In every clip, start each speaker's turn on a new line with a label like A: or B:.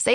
A: Say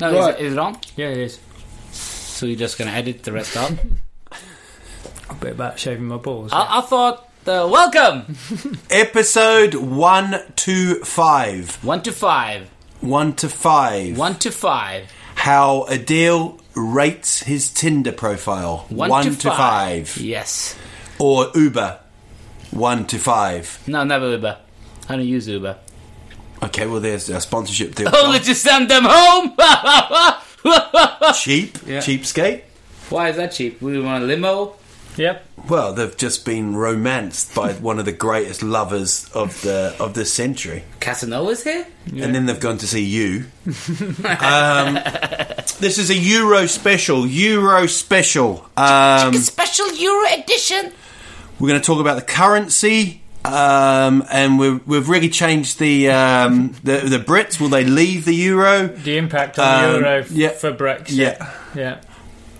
B: No,
C: Right.
B: is, it, is it on?
D: Yeah, it is.
B: So you're just going to edit the rest out?
D: A bit about shaving my balls.
B: I, I thought, uh, welcome!
C: Episode 125.
B: One to five.
C: 1 to 5.
B: One to five.
C: How Adil rates his Tinder profile.
B: One,
C: to, five.
B: Yes.
C: Or Uber. 1 to 5.
B: No, never Uber. I don't use Uber.
C: Okay, well, there's a sponsorship deal.
B: Only to send them home!
C: Cheap. Cheapskate.
B: Why is that cheap? We want a limo?
D: Yep.
C: Well, they've just been romanced by one of the greatest lovers of the of the century,
B: Casanova's here?
C: and then they've gone to see you. um, this is a Euro special. Euro special. Um,
B: Special Euro edition!
C: We're going to talk about the currency, um, and we've, we've really changed the, um, the the Brits. Will they leave the euro?
D: The impact on the
C: Um,
D: euro f-
C: yeah.
D: for Brexit.
C: Yeah.
D: Yeah.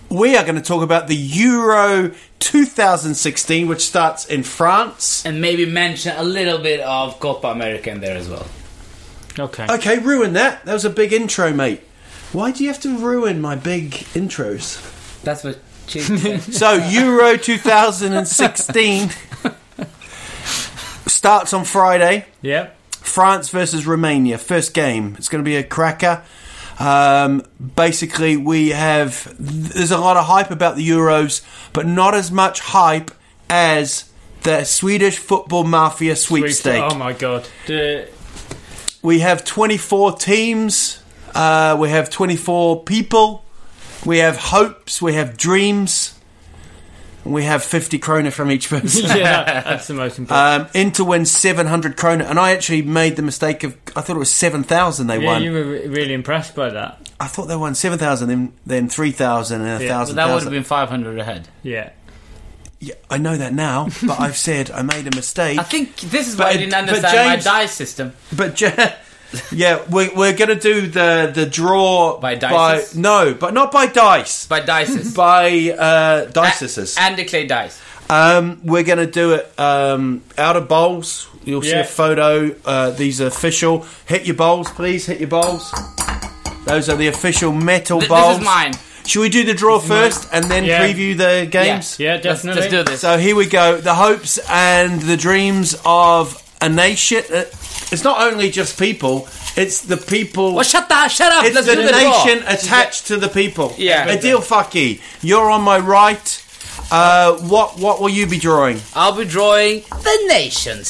C: We are going to talk about the Euro 2016, which starts in France.
B: And maybe mention a little bit of Copa America in there as well.
D: Okay.
C: Okay, ruin that. That was a big intro, mate. Why do you have to ruin my big intros?
B: That's what cheap. said.
C: So Euro 2016 starts on Friday.
D: Yep.
C: France versus Romania, first game. It's going to be a cracker. Um, basically, we have there's a lot of hype about the Euros, but not as much hype as the Swedish football mafia sweepstake.
D: Oh my god. The,
C: We have 24 teams. Uh, we have 24 people. We have hopes. We have dreams. And we have 50 kroner from each person.
D: yeah, that's the most important.
C: Um, Inter wins 700 kroner, and I actually made the mistake of I thought it was 7,000 they
D: yeah,
C: won.
D: you were re- really impressed by that.
C: I thought they won 7,000, then, then 3,000, and
D: Yeah,
B: So
C: 1,000.
B: that would have been 500 ahead.
D: Yeah.
C: yeah, I know that now, but I've said I made a mistake.
B: I think this is
C: But
B: why I
C: it-
B: didn't
C: but
B: understand
C: James-
B: my die system.
C: But ja- yeah, we're, we're going to do the, the draw
B: By dices?
C: no, but not by dice.
B: By dices.
C: by uh, dices.
B: And the clay dice.
C: Um, we're going to do it um, out of bowls. You'll see
D: Yeah.
C: a photo. Uh, these are official. Hit your bowls, please. Hit your bowls. Those are the official metal
B: Th- this
C: bowls.
B: is mine.
C: Should we do the draw first and then
D: Yeah.
C: preview the games?
D: Yeah,
B: Let's,
D: definitely.
B: let's do this.
C: So here we go. The hopes and the dreams of a nation. uh, It's not only just people. It's the people.
B: well, shut the shut up.
C: it's
B: let's
C: the
B: do the draw.
C: nation attached to the people.
B: Yeah.
C: Adil Faki, you're on my right. Uh, what what will you be drawing?
B: I'll be drawing the nations.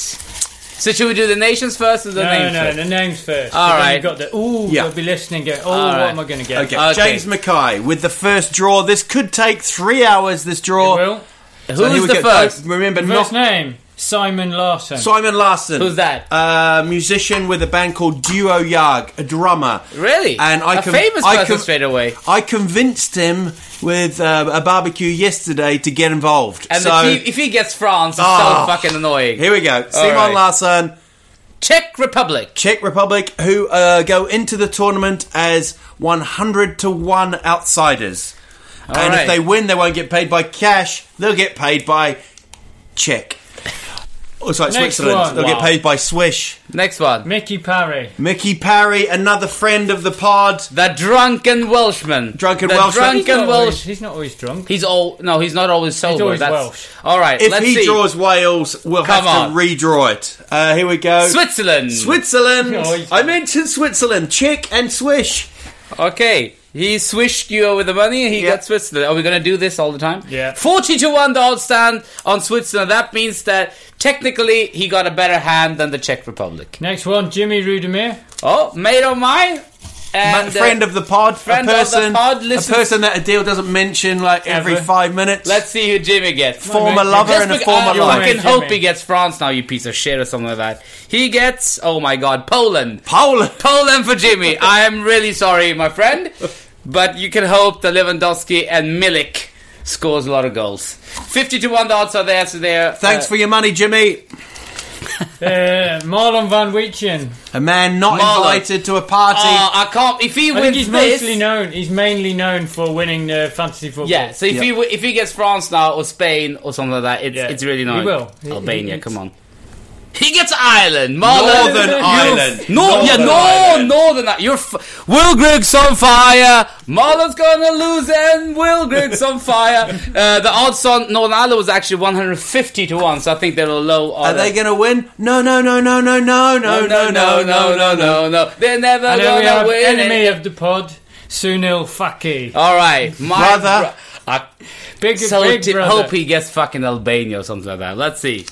B: So should we do the nations first or the
D: no,
B: names
D: no,
B: first?
D: the names first.
B: All
D: So then
B: right.
D: You've got the, ooh,
C: Yeah.
D: they'll be listening and go, oh, what
B: right.
D: am I going to get?
C: Okay.
B: Okay.
C: Uh, James Mackay with the first draw. This could take three hours. This draw.
D: Will,
B: Who's the first?
C: remember,
D: first
C: not
D: name. Simon Larson.
C: Simon Larson.
B: Who's that?
C: A musician with a band called Duo Yag, a drummer.
B: Really?
C: And I
B: A
C: con-
B: famous
C: I
B: person straight away.
C: I convinced him with uh, a barbecue yesterday to get involved.
B: And
C: so
B: if, he, if he gets France, it's
C: Ah.
B: so fucking annoying.
C: here we go. Simon
B: right.
C: Larson,
B: Czech Republic.
C: Czech Republic, who uh, go into the tournament as 100 to 1 outsiders. and
B: right.
C: if they win, they won't get paid by cash, they'll get paid by Czech. Oh, sorry,
D: Next
C: Switzerland.
D: one.
C: They'll
D: Wow.
C: get paid by Swish.
B: Next one.
D: Mickey Parry.
C: Mickey Parry, another friend of the pod.
B: The Drunken Welshman.
C: Drunken
B: the
C: Welshman.
D: He's
B: Drunken
D: not, always,
B: Welsh.
D: he's not always drunk.
B: He's all no, he's not always sober.
D: always
B: That's
D: Welsh.
B: all right.
C: If
B: let's
C: he
B: see.
C: draws Wales, we'll
B: Come
C: have
B: on.
C: to redraw it. Uh, here we go.
B: Switzerland.
C: Hmm. Switzerland.
D: Oh, he's-
C: I mentioned Switzerland. Czech and Swish.
B: Okay. He swished you over the money and he
C: Yeah.
B: got Switzerland. Are we going to do this all the time?
D: Yeah.
B: 40 to 1 the odds stand on Switzerland. That means that technically he got a better hand than the Czech Republic.
D: Next one, Jimmy Rudemir.
B: Oh, made on my.
C: Ma-
B: And, uh,
C: friend of the pod.
B: friend
C: a
B: of the
C: person,
B: pod
C: a
B: listens-
C: person that a deal doesn't mention like every
D: Ever.
C: five minutes.
B: Let's see who Jimmy gets.
C: former
D: mate,
C: lover
B: Just
C: and a
B: bec-
C: former
B: I
C: life.
B: fucking
D: Jimmy.
B: hope he gets France now, you piece of shit, or something like that. He gets, oh my god, Poland.
C: Poland.
B: Poland for Jimmy. I am really sorry, my friend, but you can hope that Lewandowski and Milik scores a lot of goals. Fifty to one, the odds are there. So uh, there.
C: Thanks for your money, Jimmy.
D: Uh, Marlon Van Weetjen.
C: A man not
B: Marlon.
C: invited to a party.
B: Oh, I can't. If he
D: I think
B: wins
D: he's
B: this,
D: mostly known. He's mainly known for winning the fantasy football.
B: yeah. So if
C: Yeah.
B: he w- if he gets France now or Spain or something like that, it's
D: Yeah.
B: it's really
D: He
B: nice.
D: will. He-
B: Albania,
D: he-
B: come on. He gets Ireland, Marlon.
C: Northern
D: Northern
C: Ireland.
B: No, yeah, no, Northern Ireland. You're f- Will Griggs on fire. Marlon's gonna lose, and Will Griggs on fire. Uh, the odds on Northern Ireland was actually 150 to one, so I think they're a low.
C: Are
B: Order.
C: they going to win? No, no, no, no, no, no, no, no, no, no, no, no.
B: no. They're never
D: And then we
B: gonna
D: have
B: win.
D: enemy
B: it.
D: of the pod, Sunil Faki.
B: All right, my
C: Brother.
B: bro- I
D: Big,
B: so
D: big
B: t-
D: brother.
B: hope he gets fucking Albania or something like that. Let's see.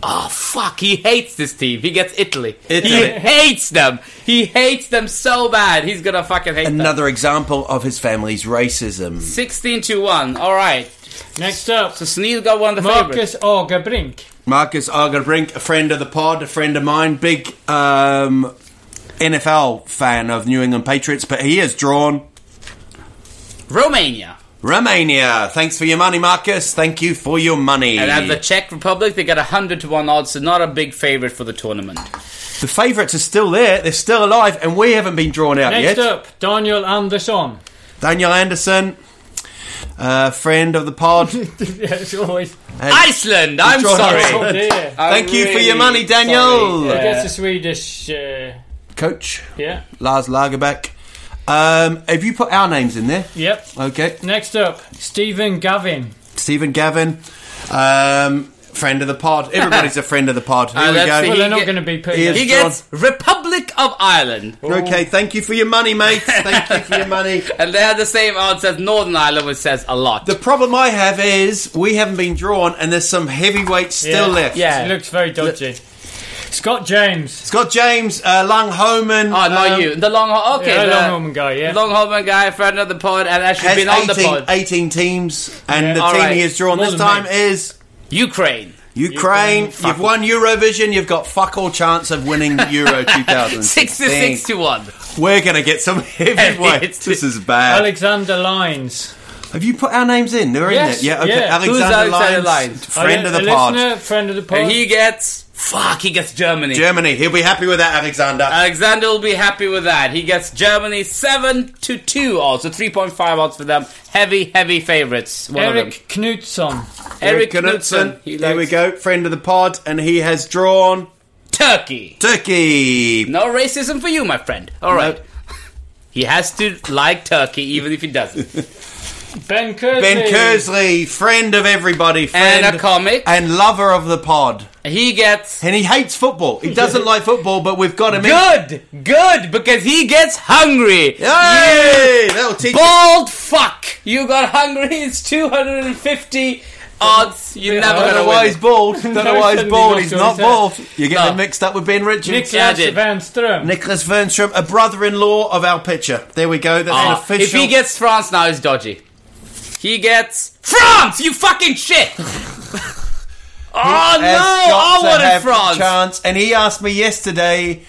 B: Oh fuck! He hates this team. He gets Italy. He
C: Italy.
B: hates them. He hates them so bad. He's gonna fucking hate them.
C: Another example of his family's racism.
B: 16 to 1. All right.
D: Next up,
B: So Sneed got one of the favorites.
D: Marcus Orgerbrink.
C: Marcus Argerbrink, a friend of the pod, a friend of mine, big um, NFL fan of New England Patriots, but he has drawn
B: Romania.
C: Romania. Thanks for your money, Marcus. Thank you for your money.
B: And at the Czech Republic, they got 100 to 1 odds, so not a big favorite for the tournament.
C: the favourites are still there. They're still alive, and we haven't been drawn out
D: Next
C: yet.
D: up, Daniel Andersson.
C: Daniel Anderson, uh, friend of the pod.
D: yeah, it's always.
B: Iceland! I'm
C: Drawn
B: sorry.
D: Oh
C: Iceland.
D: dear.
B: I'm
C: Thank you for your
B: really
C: money, Daniel.
B: sorry.
D: I guess
B: Yeah.
D: the Swedish. Uh,
C: Coach
D: yeah.
C: Lars Lagerback. Um, have you put our names in there?
D: Yep.
C: Okay.
D: Next up, Stephen Gavin.
C: Stephen Gavin, um, friend of the pod. Everybody's a friend of the pod. Here
B: Uh,
C: we
B: let's see.
D: Well,
C: go.
B: He
D: they're not
B: get-
D: going to be putting.
C: he
D: him.
C: is-
B: He gets Republic of Ireland.
C: Okay, thank you for your money, mate. Thank you for your money.
B: And they have the same odds as Northern Ireland, which says a lot.
C: The problem I have is we haven't been drawn, and there's some heavyweights still
D: Yeah.
C: left.
B: Yeah.
D: He looks very dodgy. Scott James.
C: Scott James, uh, Lung Homan.
B: oh, not
C: um,
B: you. The long haul. Okay.
D: yeah,
B: the
D: Longhorn guy. Yeah.
B: Long Holman guy, friend of the pod, and actually
C: Has
B: been
C: 18,
B: on the pod.
C: 18 teams, and
D: Yeah.
C: the
B: All
C: team
B: right.
C: he has drawn
D: More
C: this
D: than
C: time
D: me.
C: is
B: Ukraine.
C: Ukraine. You've won Eurovision. You've got fuck all chance of winning Euro 2016.
B: 66 to 1.
C: We're gonna get some heavyweights. this is bad.
D: Alexander Lines.
C: Have you put our names in? They're
D: Yes,
C: in there. Yeah, okay.
D: yeah.
C: Alexander,
B: Who's Alexander
C: Lyons,
B: Lyons?
C: friend
D: A-
C: of the
D: a
C: pod.
D: Listener, friend of the pod.
B: And he gets. Fuck, he gets Germany.
C: Germany. He'll be happy with that, Alexander.
B: Alexander will be happy with that. He gets Germany 7 to 2 odds, so 3.5 odds for them. Heavy, heavy favourites. One of them.
D: Eric Knudson.
B: Eric
C: Knudsen.
B: Knudsen. He
C: There we
B: likes
C: go. Friend of the pod, and he has drawn
B: Turkey.
C: Turkey.
B: No racism for you, my friend. All right. He has to like Turkey, even if he doesn't.
D: Ben Kersley.
C: Ben Kersley, friend of everybody, friend
B: and a comic.
C: and lover of the pod.
B: He gets
C: And he hates football. He doesn't like football, but we've got him in.
B: good, good, because he gets hungry.
C: Yay! That'll teach you.
B: Bald fuck! You got hungry. It's 250 odds. You're never
C: Don't
B: gonna
C: know why
B: win.
C: he's bald. Don't know why he's
D: Suddenly
C: bald.
D: lost
C: He's
D: all
C: not
D: his hair.
C: bald. You're getting
B: No.
C: him mixed up with Ben Richards.
D: Nicholas
B: Yeah, I did.
D: Van Sturm.
C: Nicholas Vernstrom, a brother-in-law of our pitcher. There we go. That's an
B: Ah,
C: official.
B: If he gets France now, it's dodgy. He gets France. You fucking shit. Oh,
C: has
B: no! I
C: got to
B: wanted
C: have
B: France.
C: Chance. And he asked me yesterday,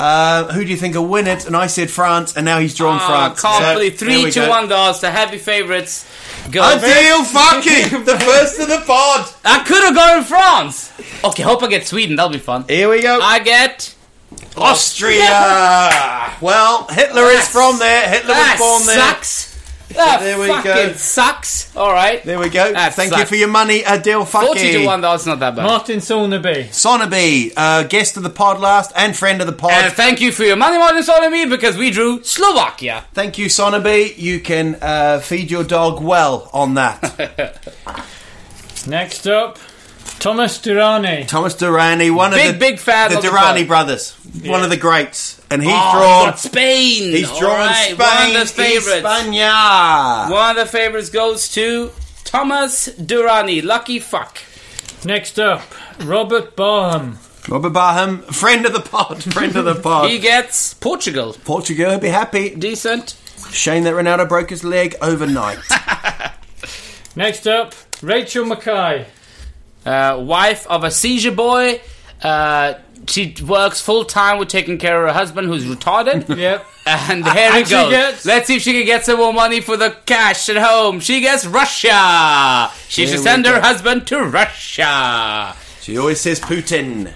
C: uh, who do you think will win it? And I said France, and now he's drawn
B: Oh,
C: France.
B: can't
C: So,
B: believe
C: there we
B: three to
C: go.
B: one dollars to heavy favorites. Go.
C: Adil Faki, the first of the pod.
B: I could have gone France. Okay, hope I get Sweden. That'll be fun.
C: Here we go.
B: I get
C: Austria. well, Hitler
B: That's-
C: is from there. Hitler
B: that
C: was born there.
B: sucks. That
C: there we go.
B: fucking sucks. All right,
C: There we go.
B: That
C: Thank you
B: sucks.
C: for your money, Adil Faki.
B: forty to one dollars not that bad.
D: Martin Sawneby.
C: Sonaby, uh, guest of the pod last and friend of the pod.
B: And thank you for your money, Martin Solomon, because we drew Slovakia.
C: Thank you, Sonaby. You can uh, feed your dog well on that.
D: Next up, Thomas Durrani.
C: Thomas Durrani, one
B: Big,
C: of the
B: big fan
C: the
B: of the
C: Durrani
B: pod.
C: brothers, one of the greats, and he's
B: Oh,
C: drawn.
B: got Spain.
C: He's
B: All
C: drawn
B: right,
C: Spain.
B: One of the favorites.
C: España.
B: One of the favorites goes to Thomas Durrani. Lucky fuck.
D: Next up, Robert Barham.
C: Robert Barham, friend of the pod, friend of the pod.
B: He gets Portugal.
C: Portugal, he'll be happy.
B: Decent.
C: Shame that Ronaldo broke his leg overnight.
D: Next up, Rachel Mackay.
B: uh, wife of a seizure boy. Uh, she works full time with taking care of her husband who's retarded.
D: Yep.
B: And here
D: And
B: it
D: she
B: goes.
D: gets-
B: Let's see if she can get some more money for the cash at home. She gets Russia. She
C: Here
B: should
C: we
B: send her
C: go.
B: husband to Russia.
C: she always says Putin.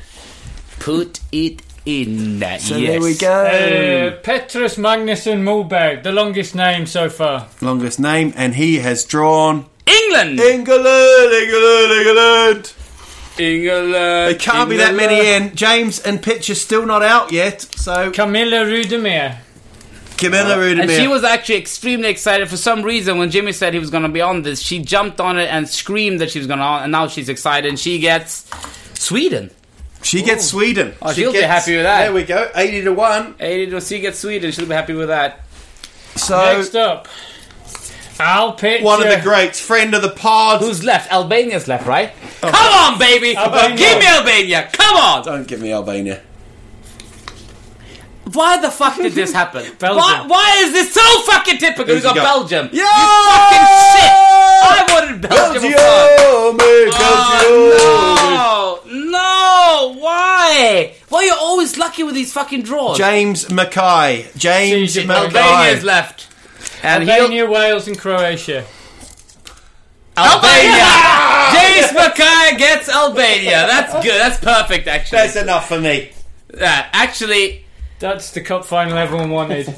B: Put it in.
C: So
B: yes.
C: there we go.
D: Uh, Petrus Magnusson Mulberg, the longest name so far.
C: Longest name, and he has drawn
B: England.
C: England, England, England.
B: England.
C: There can't be that many
B: uh,
C: in. James and Pitch is still not out yet, so
D: Camilla Rudemir.
C: Camilla
B: And she
C: Rudemir.
B: was actually extremely excited for some reason when Jimmy said he was going to be on this. She jumped on it and screamed that she was going to on, and now she's excited and she gets Sweden.
C: She gets Sweden.
B: Oh,
C: she
B: she'll be
C: gets-
B: happy with that.
C: There we go, eighty to one.
B: 80 to she gets Sweden. She'll be happy with that.
C: So
D: Next up, Al Pitcher.
C: one of the greats, friend of the pod.
B: Who's left? Albania's left, right? Come on, baby!
D: Albania.
B: Give me Albania! Come on!
C: Don't give me Albania.
B: Why the fuck did this happen?
D: Belgium.
B: Why, why is this so fucking typical? We
C: Who's
B: got,
C: he got?
B: Belgium.
C: Yeah!
B: fucking shit! I wanted Belgium.
C: Belgium,
B: above.
C: eh, Belgium.
B: Oh, no! No! Why? Why are you always lucky with these fucking draws?
C: James Mackay. James
D: She's in
C: Mackay.
B: Albania's left. And he'll-
D: Albania, Wales, and Croatia.
B: Albania! James Mackay gets Albania. That's good. That's perfect, actually.
C: That's enough for me.
B: Uh, actually,
D: That's the cup final everyone wanted.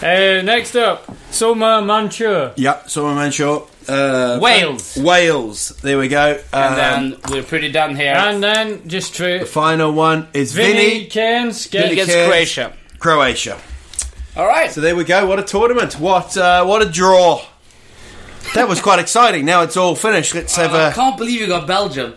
D: uh, next up, Soma Manchur.
C: Yep, Simon Manshaw. Uh,
B: Wales.
C: Wales. There we go. Um,
B: And then we're pretty done here.
D: And then, just true,
C: final one is
D: Vinny
C: Vinny,
D: Cairns
B: he
D: gets
B: gets
C: Cairns.
B: Croatia.
C: Croatia.
B: All right.
C: So there we go. What a tournament. What uh, what a draw. That was quite exciting. Now it's all finished. Let's have
B: I
C: a.
B: can't believe you got Belgium.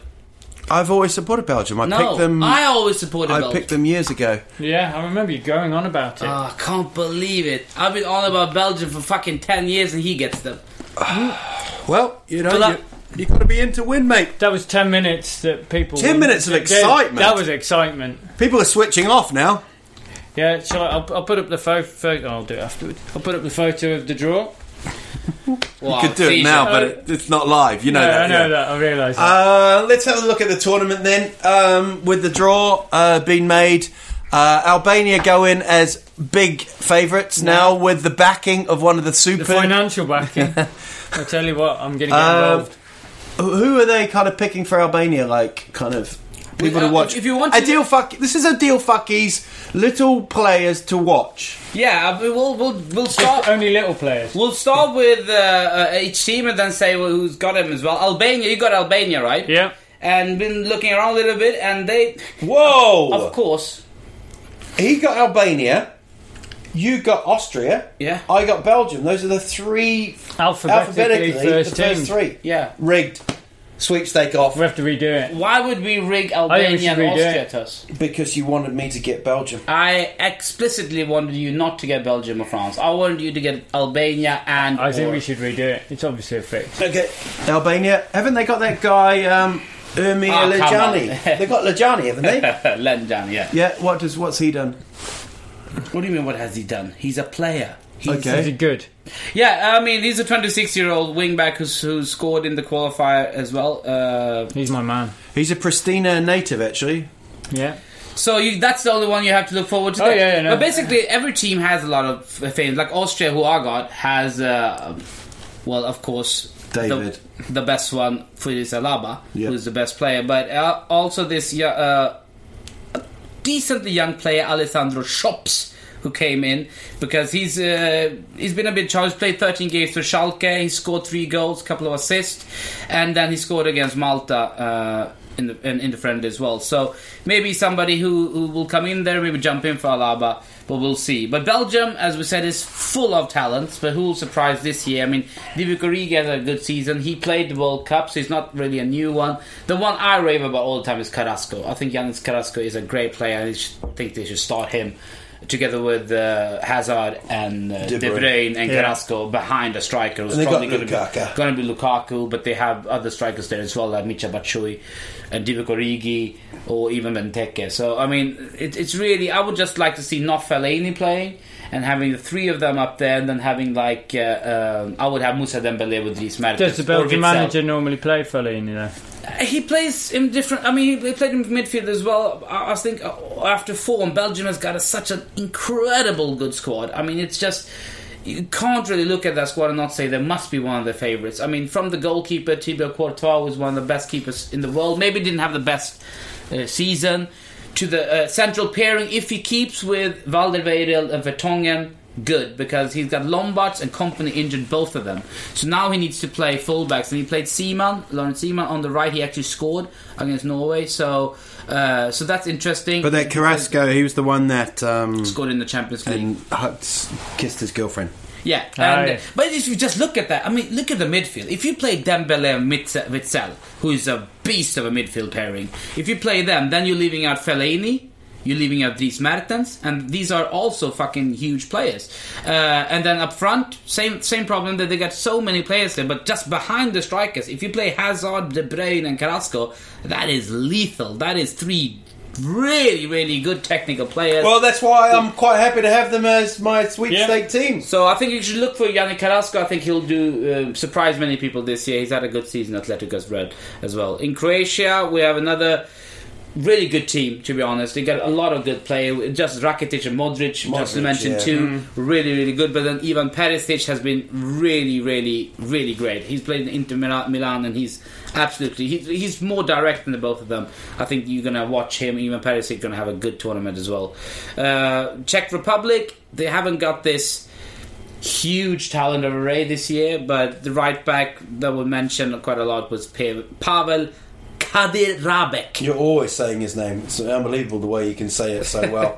C: I've always supported Belgium. I
B: No,
C: picked them.
B: I always supported
C: I
B: Belgium.
C: picked them years ago.
D: Yeah, I remember you going on about it.
C: Ah.
B: Oh, I can't believe it. I've been on about Belgium for fucking 10 years and he gets them.
C: Well, you know,
B: Good luck.
C: you, you got to be in to win, mate.
D: that was 10 minutes that people.
C: 10 minutes of
D: that- that-
C: excitement.
D: That was excitement.
C: People are switching off now.
D: Yeah, shall I, I'll, I'll put up the photo. photo I'll do it afterwards. I'll put up the photo of the draw.
B: Wow,
C: Could do it
B: Oh, geez. Uh,
C: now, but it, it's not live. You know
D: yeah,
C: that.
D: I know
C: yeah.
D: that. I realise that.
C: Uh, let's have a look at the tournament then. Um, with the draw uh, being made, uh, Albania go in as big favourites now with the backing of one of the super.
D: the financial backing. I tell you what, I'm going to get
C: Uh,
D: involved.
C: Who are they kind of picking for Albania? Like kind of people
B: uh,
C: to watch.
B: if you want to-
C: ideal fuck, this is ideal fuckies little players to watch.
B: Yeah, I mean, we'll, we'll, we'll start.
D: Only little players.
B: We'll start with uh, uh, each team and then say well, who's got him as well. Albania, you got Albania, right?
D: Yeah.
B: And been looking around a little bit, and they,
C: Whoa!
B: of course,
C: He got Albania. You got Austria.
B: Yeah.
C: I got Belgium. Those are the three
D: Alphabetically, first
C: the first
D: team.
C: three.
B: Yeah.
C: Rigged. Sweepstake off
D: We have to redo it.
B: why would we rig
D: I think we
B: Albania and
D: should redo
B: Austria
D: it.
B: to us?
C: because you wanted me to get Belgium.
B: I explicitly wanted you not to get Belgium or France. I wanted you to get Albania and.
D: I think
B: or-
D: we should redo it. It's obviously a fix.
C: Okay. Albania. Haven't they got that guy, um, Ermi
B: Ah, come
C: Lejani?
B: on.
C: they got Lejani, haven't they?
B: Let him down, uh, yeah.
C: yeah, what does what's he done?
B: What do you mean? What has he done? He's a player.
D: He's,
C: Okay.
D: he's good.
B: Yeah, I mean, he's a 26 year old wingback who's, who scored in the qualifier as well. Uh,
D: He's my man.
C: He's a Pristina native, actually.
D: Yeah.
B: so you, that's the only one you have to look forward to.
D: Oh,
B: there.
D: yeah, yeah, no.
B: But basically, every team has a lot of f- fame. Like Austria, who I got, has, uh, well, of course, the-
C: David.
B: The, best one, Feliz Alaba,
C: Yeah.
B: who's the best player. But uh, also this yo- uh, decently young player, Alessandro Shops. Who came in because he's uh, he's been a bit charged. Played 13 games for Schalke. He scored three goals, couple of assists, and then he scored against Malta uh, in the in, in the friendly as well. So maybe somebody who, who will come in there, maybe jump in for Alaba, but we'll see. But Belgium, as we said, is full of talents. But who will surprise this year? I mean, Divock Origi has a good season. He played the World Cup, so he's not really a new one. The one I rave about all the time is Carrasco. I think Yanis Carrasco is a great player. I sh- think they should start him together with uh, Hazard and uh, De
C: De
B: Bruyne,
C: Bruyne.
B: and
D: Yeah.
B: Carrasco behind a striker who's
C: And they got
B: probably going to
C: Lukaku.
B: be going to be Lukaku, but they have other strikers there as well, like Micha Batshuayi and Divock Origi, or even Benteke. So I mean, it, it's really I would just like to see not Fellaini playing and having the three of them up there, and then having like uh, um, I would have Musa Dembele with these Mertens.
D: Does the
B: or
D: Belgian
B: Witzel.
D: manager normally play Fellaini though?
B: He plays in different. I mean, he played in midfield as well. I, I think uh, after form, Belgium has got a, such an incredible good squad. I mean, it's just you can't really look at that squad and not say they must be one of the favourites. I mean, from the goalkeeper, Thibaut Courtois was one of the best keepers in the world. Maybe didn't have the best uh, season. To the uh, central pairing, if he keeps with Valderweireld and Vertonghen, good because he's got Lombards and Company injured both of them. So now he needs to play fullbacks, and he played Seaman, Lawrence Seaman on the right. He actually scored against Norway, so uh, so that's interesting.
C: But that Carrasco, he was the one that um,
B: scored in the Champions League.
C: and hugged, kissed his girlfriend.
B: Yeah, and,
D: Ah, yeah.
B: but if you just look at that, I mean, look at the midfield. If you play Dembele and Mitze- Witzel, who is a beast of a midfield pairing, if you play them, then you're leaving out Fellaini, you're leaving out Dries Mertens, and these are also fucking huge players. Uh, and then up front, same same problem that they got so many players there, but just behind the strikers, if you play Hazard, De Bruyne, and Carrasco, that is lethal. That is three really really good technical players.
C: Well, that's why I'm quite happy to have them as my sweepstake team.
B: So I think you should look for Yannick Carrasco. I think he'll do uh, surprise many people this year. He's had a good season at Atletico's Red as well. In Croatia, we have another really good team. To be honest, they got a lot of good play. Just Rakitic and Modric, just to
C: Modric,
B: mention
C: yeah.
B: two, really really good. But then Ivan Perisic has been really really really great. He's played in Inter Mila- Milan and he's absolutely he, he's more direct than the both of them. I think you're gonna watch him. Ivan Perisic gonna have a good tournament as well. Uh, Czech Republic, they haven't got this huge talent array this year, but the right back that was mentioned quite a lot was Pa- Pavel Kadirabek.
C: You're always saying his name. It's unbelievable the way you can say it so well.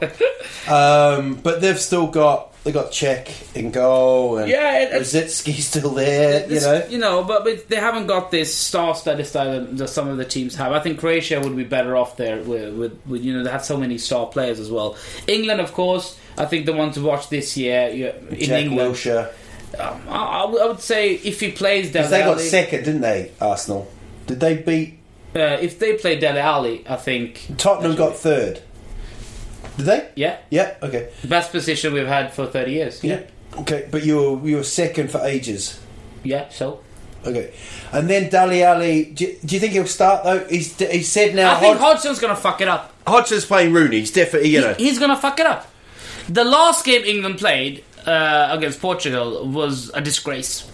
C: um, but they've still got they got Czech in goal, and
B: Yeah, it- it's-
C: Rositsky's still there. You
B: It's-
C: know,
B: but, but they haven't got this star status that, that some of the teams have. I think Croatia would be better off there with, with, with you know they have so many star players as well. England, of course, I think the one to watch this year you- in
C: Jack
B: England.
C: Wilshere.
B: Um, I, I would- I would say if he plays Dele
C: 'Cause they got
B: Alli-
C: second, didn't they? Arsenal. Did they beat
B: uh, if they play Dele Alli, I think
C: Tottenham? Got third. Did they?
B: yeah,
C: Yeah. Okay.
B: best position we've had for thirty years.
C: Okay, but you were you were second for ages.
B: yeah. So
C: Okay, and then Dali Ali. Do you, do you think he'll start though? He's he said now.
B: I think
C: Hod-
B: Hodgson's gonna fuck it up.
C: Hodgson's playing Rooney. He's definitely you know.
B: He's gonna fuck it up. The last game England played uh, against Portugal was a disgrace.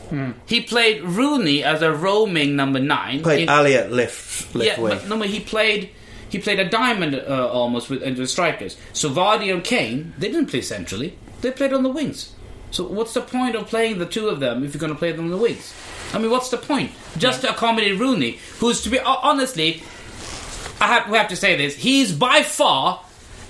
B: He played Rooney as a roaming number nine.
C: played
B: In-
C: Ali at left left
B: yeah,
C: wing.
B: but no, but he played he played a diamond uh, almost with and the strikers. So Vardy and Kane they didn't play centrally; they played on the wings. So what's the point of playing the two of them if you're going to play them on the wings? I mean, what's the point? Just to accommodate Rooney, who's to be ho- honestly, I have, we have to say this: he's by far.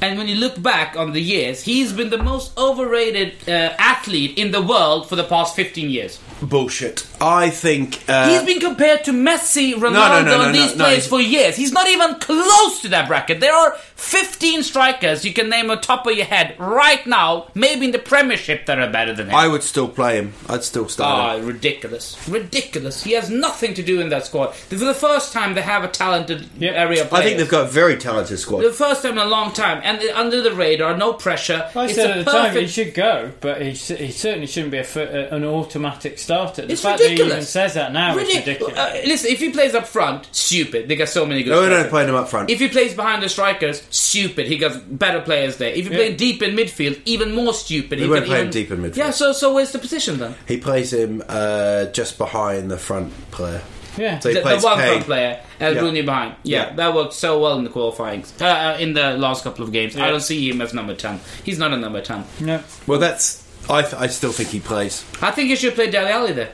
B: And when you look back on the years, he's been the most overrated uh, athlete in the world for the past 15 years.
C: Bullshit. I think uh,
B: He's been compared to Messi, Ronaldo,
C: no, no,
B: and
C: no,
B: these
C: no,
B: players
C: he's-
B: for years. He's not even close to that bracket. There are 15 strikers you can name on top of your head right now, maybe in the Premiership, that are better than him.
C: I would still play him. I'd still start.
B: Ah,
C: him.
B: ridiculous. Ridiculous. He has nothing to do in that squad. For the first time, they have a talented area of
C: I
B: players.
C: think they've got a very talented squad.
B: The first time in a long time, and uh, under the radar, no pressure.
D: I
B: it's
D: said
B: a
D: at the
B: perfect,
D: time he should go, but he, s- he certainly shouldn't be a, fir- uh, an automatic starter. The
B: It's
D: fact that he even
B: ridiculous.
D: says that now is
B: Ridic-
D: ridiculous.
B: Uh, listen, if he plays up front, stupid. They got so many good.
C: No, we don't
B: strikers.
C: play them up front.
B: If he plays behind the strikers, stupid. He got better players there. If he plays deep in midfield, even more stupid. He
C: won't
B: can
C: play him
B: even-
C: deep in midfield.
B: Yeah. So, so where's the position then?
C: He plays him uh, just behind the front player.
D: Yeah.
C: so he
B: The, the
C: plays
B: one
C: Kane.
B: front player, and
C: Yeah.
B: Rooney behind. Yeah,
C: Yeah.
B: that worked so well in the qualifying. Uh, uh, in the last couple of games, I
D: Yeah.
B: don't see him as number ten. He's not a number ten.
D: no.
C: Well, that's. I, th- I still think he plays.
B: I think he should play Deli Ali there.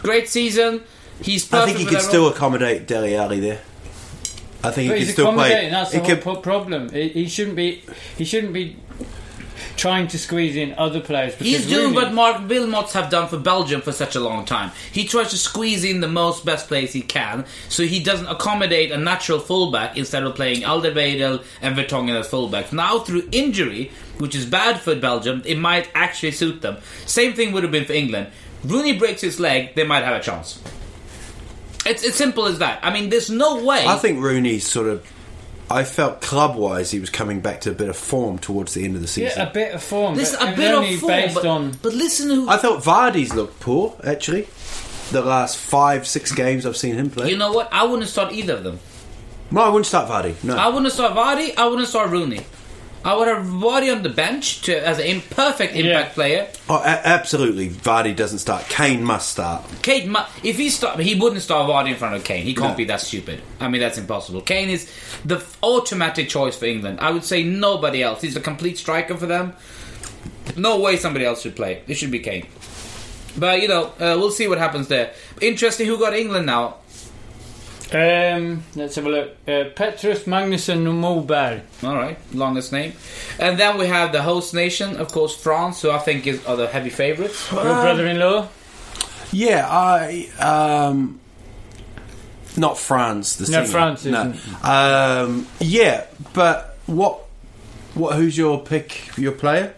B: Great season. He's perfect.
C: I think he
B: for
C: can
B: that
C: still
B: role.
C: accommodate Deli Ali there. I think
D: But
C: he
D: he's
C: can still play.
D: accommodating. That's
C: He
D: the
C: can-
D: whole pro- problem. He, he shouldn't be. He shouldn't be trying to squeeze in other players. Because
B: He's doing
D: Rooney-
B: what Mark Wilmots have done for Belgium for such a long time. He tries to squeeze in the most best players he can, so he doesn't accommodate a natural fullback instead of playing Alderweireld and Vertonghen as fullbacks. Now, through injury, which is bad for Belgium, it might actually suit them. Same thing would have been for England. Rooney breaks his leg, they might have a chance. It's as simple as that. I mean, there's no way.
C: I think Rooney's sort of. I felt club wise he was coming back to a bit of form towards the end of the season.
D: Yeah, a bit of form.
B: This
D: This
B: is
D: but,
B: a bit
D: only
B: of form,
D: based
B: but,
D: on.
B: but listen to who
C: I thought Vardy's looked poor, actually. The last five, six games I've seen him play.
B: you know what? I wouldn't start either of them.
C: no, I wouldn't start Vardy. No.
B: I wouldn't start Vardy. I wouldn't start Rooney. I would have Vardy on the bench to, as an imperfect impact
D: Yeah.
B: player.
C: oh, a- absolutely, Vardy doesn't start. Kane must start.
B: Kane, mu- if he start, he wouldn't start Vardy in front of Kane. He can't
C: No.
B: be that stupid. I mean, that's impossible. Kane is the f- automatic choice for England. I would say nobody else. He's a complete striker for them. No way somebody else should play. It should be Kane. But you know, uh, we'll see what happens there. Interesting, who got England now?
D: Um, let's have a look. Uh, Petrus Magnusson Moberg.
B: All right, longest name. And then we have the host nation, of course, France, who I think is are the heavy favourites.
D: Your brother-in-law.
C: Yeah, I. Um, not France. The
D: No,
C: singer.
D: France
C: No. Um, yeah, but what? What? Who's your pick? Your player?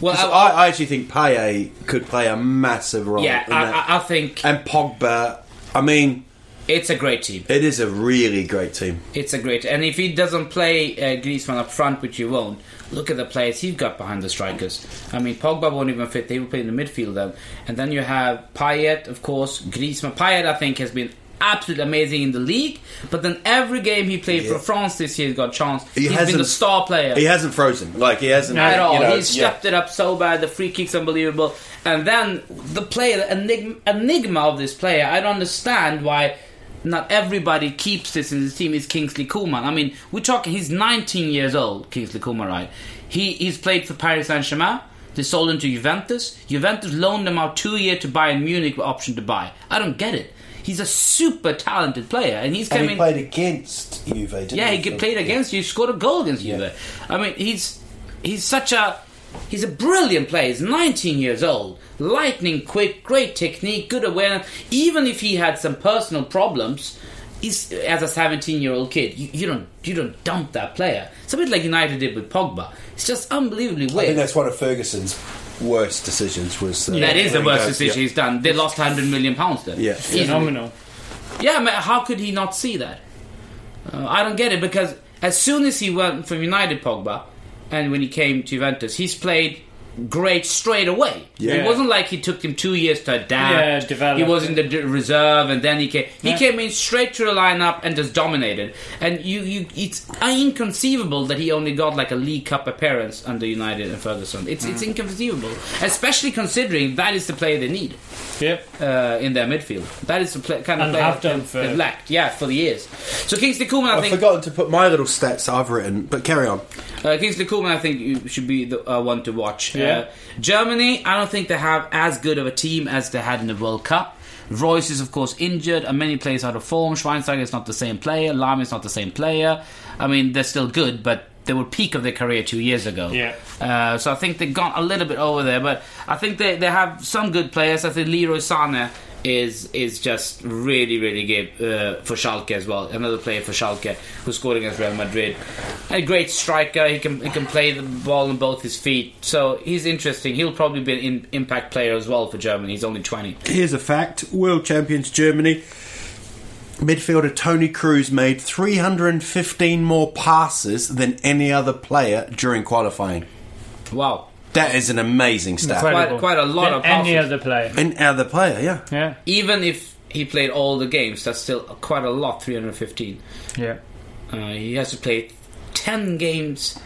B: Well,
C: 'Cause I, I actually think Payet could play a massive role.
B: Yeah,
C: in Oh, that.
B: I, I, I think
C: and Pogba. I mean,
B: it's a great team.
C: it is a really great team.
B: It's a great, and if he doesn't play uh, Griezmann up front, which he won't, look at the players he's got behind the strikers. I mean, Pogba won't even fit; they will play in the midfield then. And then you have Payet, of course, Griezmann. Payet, I think, has been absolutely amazing in the league, but then every game he played for
C: Yeah.
B: France this year, he's got a chance.
C: He
B: has been
C: hasn't-
B: the star player.
C: He hasn't frozen. Like he hasn't
B: at all.
C: You know,
B: he
C: yeah.
B: stepped it up so bad. The free kicks unbelievable. And then the player, the enigma, enigma of this player, I don't understand why not everybody keeps this in his team. Is Kingsley Coman? I mean, we're talking. He's 19 years old, Kingsley Coman, right? He he's played for Paris Saint Germain. They sold him to Juventus. Juventus loaned him out two year to Bayern Munich with option to buy. I don't get it. He's a super talented player, and he's
C: And
B: coming.
C: he played against Juve. Didn't
B: Yeah,
C: he,
B: he
C: So-
B: played against you. Scored a goal against you. There. I mean, he's he's such a he's a brilliant player. He's 19 years old, lightning quick, great technique, good awareness. Even if he had some personal problems, he's as a 17 year old kid, you, you don't you don't dump that player. It's a bit like United did with Pogba. It's just unbelievably
C: I think
B: weird.
C: that's one of Ferguson's worst decisions. Was uh,
B: That is the
C: when he
B: worst
C: goes-
B: decision
C: yeah.
B: he's done. They lost 100 million pounds there.
C: Yeah.
B: Easily.
D: Phenomenal.
B: Yeah, I mean, how could he not see that? Uh, I don't get it because as soon as he went from United Pogba and when he came to Juventus, he's played great straight away.
C: Yeah.
B: It wasn't like he took him two years to adapt.
D: Yeah, develop.
B: He was in the d- reserve and then he came. He
D: Yeah.
B: came in straight to the lineup and just dominated. And you, you, it's inconceivable that he only got like a League Cup appearance under United and Ferguson. It's
D: Mm.
B: it's inconceivable, especially considering that is the player they need
D: Yep.
B: uh, in their midfield. That is the pla kind of
D: And
B: player
D: have done
B: they've-
D: for-
B: they've lacked, yeah, for the years. So Kingsley Coleman, I,
C: I've
B: think
C: forgotten to put my little stats that I've written, but carry on.
B: uh, Kingsley Coleman, I think you should be the uh, one to watch.
D: Yeah.
B: Uh, Germany, I don't think they have as good of a team as they had in the World Cup. Royce is of course injured, and many players out of form. Schweinsteiger is not the same player. Lime is not the same player. I mean, they're still good, but they were peak of their career two years ago.
D: Yeah.
B: Uh, so I think they've gone a little bit over there, but I think they, they have some good players. I think Leroy Sané is is just really really good uh, for Schalke as well. Another player for Schalke who scored against Real Madrid. A great striker. He can he can play the ball on both his feet. So he's interesting. He'll probably be an in, impact player as well for Germany. He's only twenty.
C: Here's a fact: World champions Germany midfielder Tony Cruz made 315 more passes than any other player during qualifying.
B: Wow.
C: That is an amazing stat.
B: Quite- quite a lot
D: Than
B: of
D: any
B: passes.
D: other player.
C: Any other player, yeah.
D: Yeah,
B: Even if he played all the games, that's still quite a lot, 315.
D: yeah.
B: Uh, he has to play 10 games,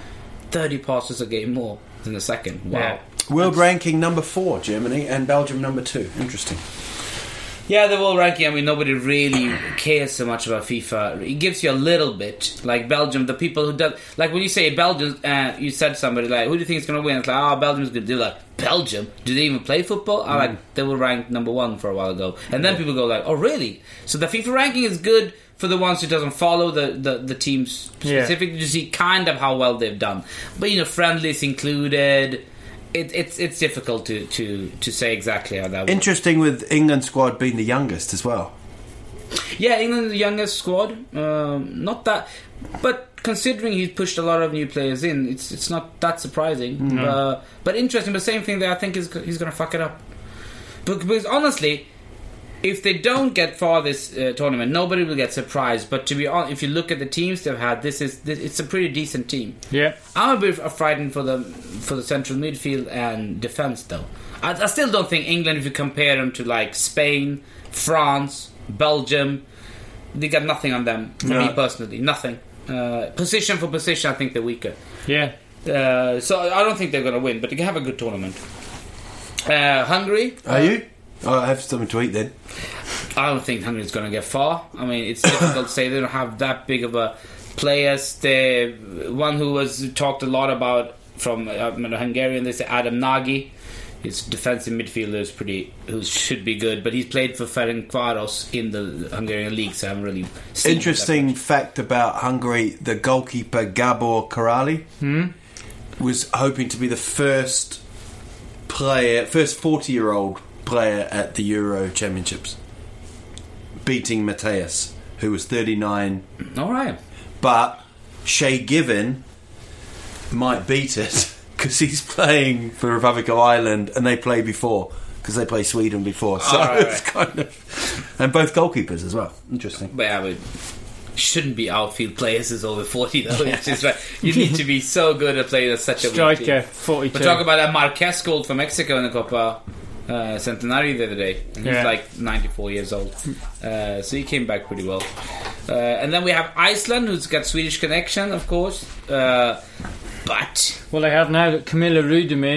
B: 30 passes a game more than the second. Wow.
D: Yeah.
C: World ranking number four, Germany, and Belgium number two. Interesting.
B: Yeah, the world ranking. I mean, nobody really cares so much about FIFA. It gives you a little bit, like Belgium. The people who does, like when you say Belgium, uh, you said somebody like, "Who do you think is going to win?" It's like, "Oh, Belgium's going to do like Belgium." Do they even play football? I like they were ranked number one for a while ago, and then people go like, "Oh, really?" So the FIFA ranking is good for the ones who doesn't follow the the, the teams
D: Yeah.
B: specifically to see kind of how well they've done. But you know, friendlies included. It, it's it's difficult to, to, to say exactly how that. works.
C: Interesting with England squad being the youngest as well.
B: Yeah, England's the youngest squad. Um, not that, but considering he pushed a lot of new players in, it's it's not that surprising. Uh, but interesting. But same thing that I think is he's going to fuck it up. Bec- Because honestly, if they don't get far this uh, tournament, nobody will get surprised. But to be honest, if you look at the teams they've had, this is this, it's a pretty decent team.
D: Yeah.
B: I'm a bit f- frightened for the for the central midfield and defense, though. I, I still don't think England, if you compare them to like Spain, France, Belgium, they got nothing on them. For
C: No.
B: me personally, nothing. Uh, position for position, I think they're weaker.
D: Yeah.
B: Uh, so I don't think they're going to win, but they can have a good tournament. Uh, Hungary,
C: Are you? Oh, I have something to eat then.
B: I don't think Hungary's going to get far. I mean, it's difficult to say they don't have that big of a players. The one who was talked a lot about from uh, I mean, the Hungarian, they say Adam Nagy. His defensive midfielder is pretty, who should be good, but he's played for Ferencváros in the Hungarian league, so I haven't really seen him
C: Interesting fact about Hungary the goalkeeper Gabor Karali
B: Hmm?
C: was hoping to be the first player, first 40 year old player at the Euro Championships, beating Mateus, who was 39
B: that much. All right,
C: but Shay Given might beat it because he's playing for Republic of Ireland and they play before because they play Sweden before. So
B: Oh, right,
C: it's kind of and both goalkeepers as well. Interesting.
B: but yeah, we shouldn't be outfield players is over forty though. It's just like you need to be so good at playing at such a weak team.
D: Striker, 42.
B: But talk about that Marquez goal for Mexico in the Copa uh, Centenario the other day. And he's
D: Yeah.
B: like 94 years old. Uh, so he came back pretty well. Uh, and then we have Iceland, who's got Swedish connection, of course. Uh, but
D: Well, they have now got Camilla Rudemir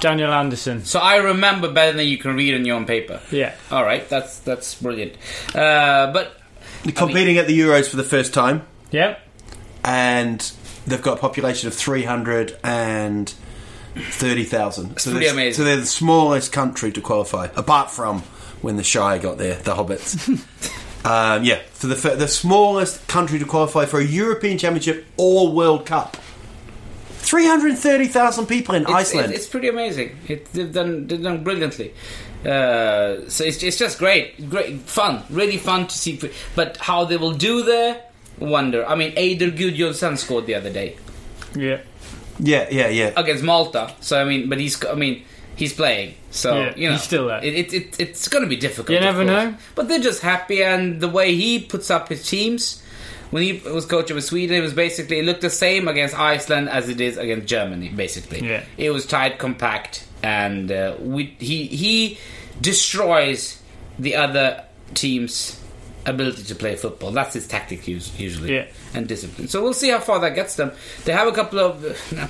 D: Daniel Anderson.
B: So I remember better than you can read on your own paper.
D: Yeah.
B: All right, that's that's brilliant. Uh, but
C: Competing at the Euros for the first time,
D: Yep.
C: and they've got a population of 330,000. so,
B: pretty
C: they're-
B: amazing.
C: so they're the smallest country to qualify, apart from when the Shire got there, the Hobbits. um, yeah, so the, fir- the smallest country to qualify for a European Championship or World Cup. 330,000 people in
B: it's,
C: Iceland.
B: It's, it's pretty amazing. It, they've done they've done brilliantly. Uh, so it's, it's just great, great fun, really fun to see. But how they will do there, wonder. I mean, Eider Gudjonsson scored the other day
D: Yeah.
C: yeah, yeah, yeah.
B: against Malta. So I mean, but he's I mean he's playing. So
D: Yeah,
B: you know,
D: he's still there.
B: It, it, it, it's going to be difficult.
D: You
B: of
D: never
B: course.
D: know.
B: But they're just happy, and the way he puts up his teams. When he was coach of Sweden, it was basically it looked the same against Iceland as it is against Germany. Basically,
D: Yeah.
B: it was tight, compact, and uh, we, he he destroys the other team's ability to play football. That's his tactic us- usually,
D: Yeah.
B: and discipline. So we'll see how far that gets them. They have a couple of uh,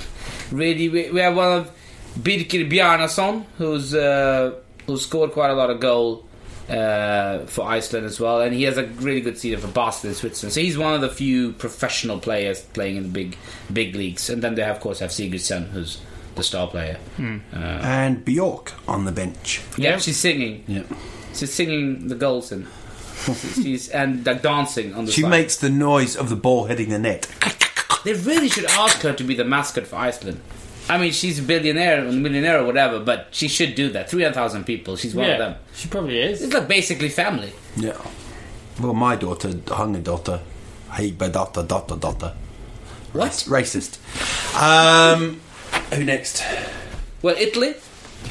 B: really we, we have one of Birkir Bjarnason who's uh, who scored quite a lot of goal. Uh, for Iceland as well, and he has a really good season for Boston and Switzerland. So he's one of the few professional players playing in the big, big leagues. And then they, of course, have Sigurdsson, who's the star player.
C: and Bjork on the bench.
B: Yeah, she's singing.
C: Yeah.
B: She's singing the goals and she's and like dancing on the.
C: She
B: side.
C: makes the noise of the ball hitting the net.
B: They really should ask her to be the mascot for Iceland. I mean, she's a billionaire and millionaire or whatever, but she should do that. Three hundred thousand people. She's one
D: yeah.
B: of them.
D: She probably is.
B: It's like basically family.
C: Yeah. Well, my daughter, hung daughter, hey, but daughter, daughter, daughter.
B: What?
C: Racist. Um, who next?
B: Well, Italy.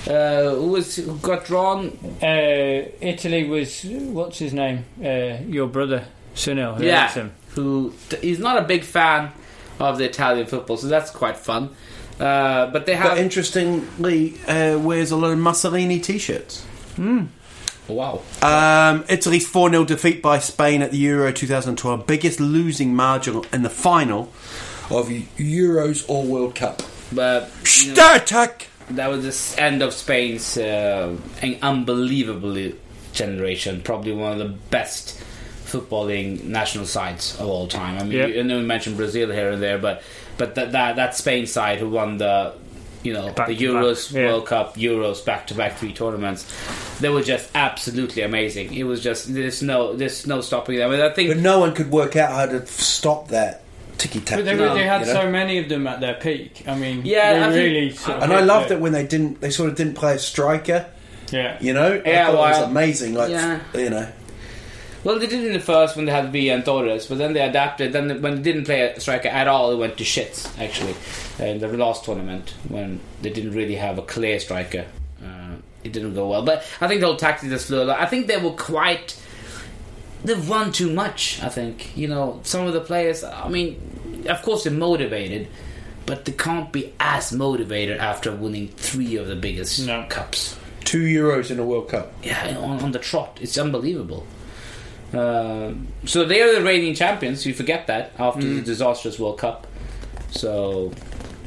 B: Uh, who was who got drawn?
D: Uh, Italy was what's his name? Uh, your brother Sunil. Who
B: yeah,
D: likes him.
B: who t- he's not a big fan of the Italian football, so that's quite fun. Uh, but they have
C: But interestingly, uh, wears a lot of Mussolini t-shirts.
B: wow.
C: Um, Italy's 4 0 defeat by Spain at the Euro 2012, biggest losing margin in the final of E- Euros or World Cup.
B: But you know-
C: Startuck!
B: That was the s- end of Spain's uh, an unbelievable generation. Probably one of the best footballing national sides of all time. I mean,
D: Yeah.
B: you- I know we mentioned Brazil here and there, but but that that, that Spain side who won the you know
D: Back
B: the
D: to back,
B: Euros,
D: yeah.
B: World Cup, Euros back to back three tournaments. They were just absolutely amazing. It was just there's no there's no stopping them. I mean, I think
C: But no one could work out how to f- stop that ticky tack.
D: But they, they had so many of them at their peak. I mean,
B: Yeah,
D: they
B: I think-
D: really. sort of
C: And I
D: hit
C: loved
D: the-
C: it when they didn't. They sort of didn't play a striker.
D: Yeah.
C: You know, I
B: Yeah,
C: thought it
B: well,
C: was amazing. Like
B: yeah.
C: you know,
B: Well, they did in the first when they had Villa and Torres, but then they adapted. Then when they didn't play a striker at all, it went to shit actually Uh, in the last tournament when they didn't really have a clear striker. Uh, it didn't go well, but I think the whole tactic is slow. I think they were quite. They've won too much. I think you know some of the players. I mean, of course they're motivated, but they can't be as motivated after winning three of the biggest
D: No.
B: cups
C: two Euros in a World Cup.
B: yeah, on, on the trot. It's unbelievable. Um so they are the reigning champions. You forget that after
C: Mm.
B: the disastrous World Cup. So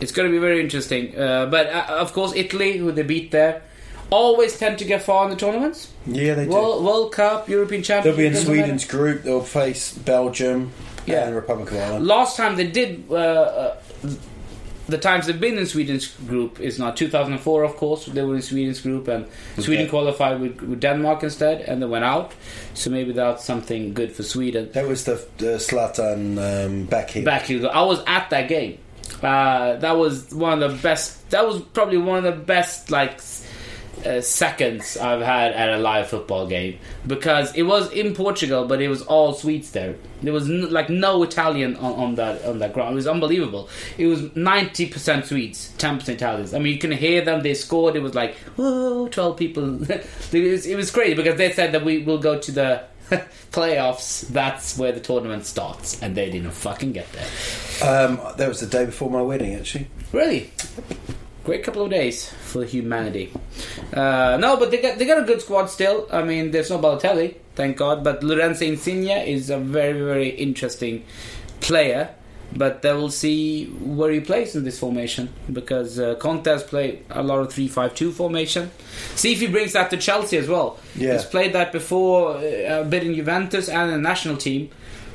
B: it's going to be very interesting. Uh, but uh, of course, Italy, who they beat there, always tend to get far in the tournaments.
C: Yeah, they
B: World, World Cup, European
C: They'll
B: Championship.
C: be in
B: doesn't matter.
C: Sweden's group. They'll face Belgium
B: Yeah.
C: and the Republic of Ireland.
B: Last time they did, uh, uh, the times they've been in Sweden's group is now 2004, of course. They were in Sweden's group, and Sweden qualified with, with Denmark instead, and they went out. So maybe that's something good for Sweden.
C: That was the, the Slatan um, back here.
B: Back here, I was at that game. Uh, that was one of the best. That was probably one of the best like s- uh, seconds I've had at a live football game because it was in Portugal, but it was all Swedes there. There was n- like no Italian on, on that on that ground. It was unbelievable. It was ninety percent Swedes, ten percent Italians. I mean, you can hear them. They scored. It was like whoa, twelve people. it, was, it was crazy because they said that we will go to the. Playoffs, that's where the tournament starts, and they didn't fucking get there.
C: Um, that was the day before my wedding, actually.
B: Really? Great couple of days for humanity. Uh, no, but they got they got a good squad still. I mean, there's no Balotelli, thank God, but Lorenzo Insigne is a very very interesting player. But they will see where he plays in this formation because uh, Conte's played a lot of three-five-two formation. See if he brings that to Chelsea as well.
E: Yeah.
B: He's played that before, uh, a bit in Juventus and in the national team.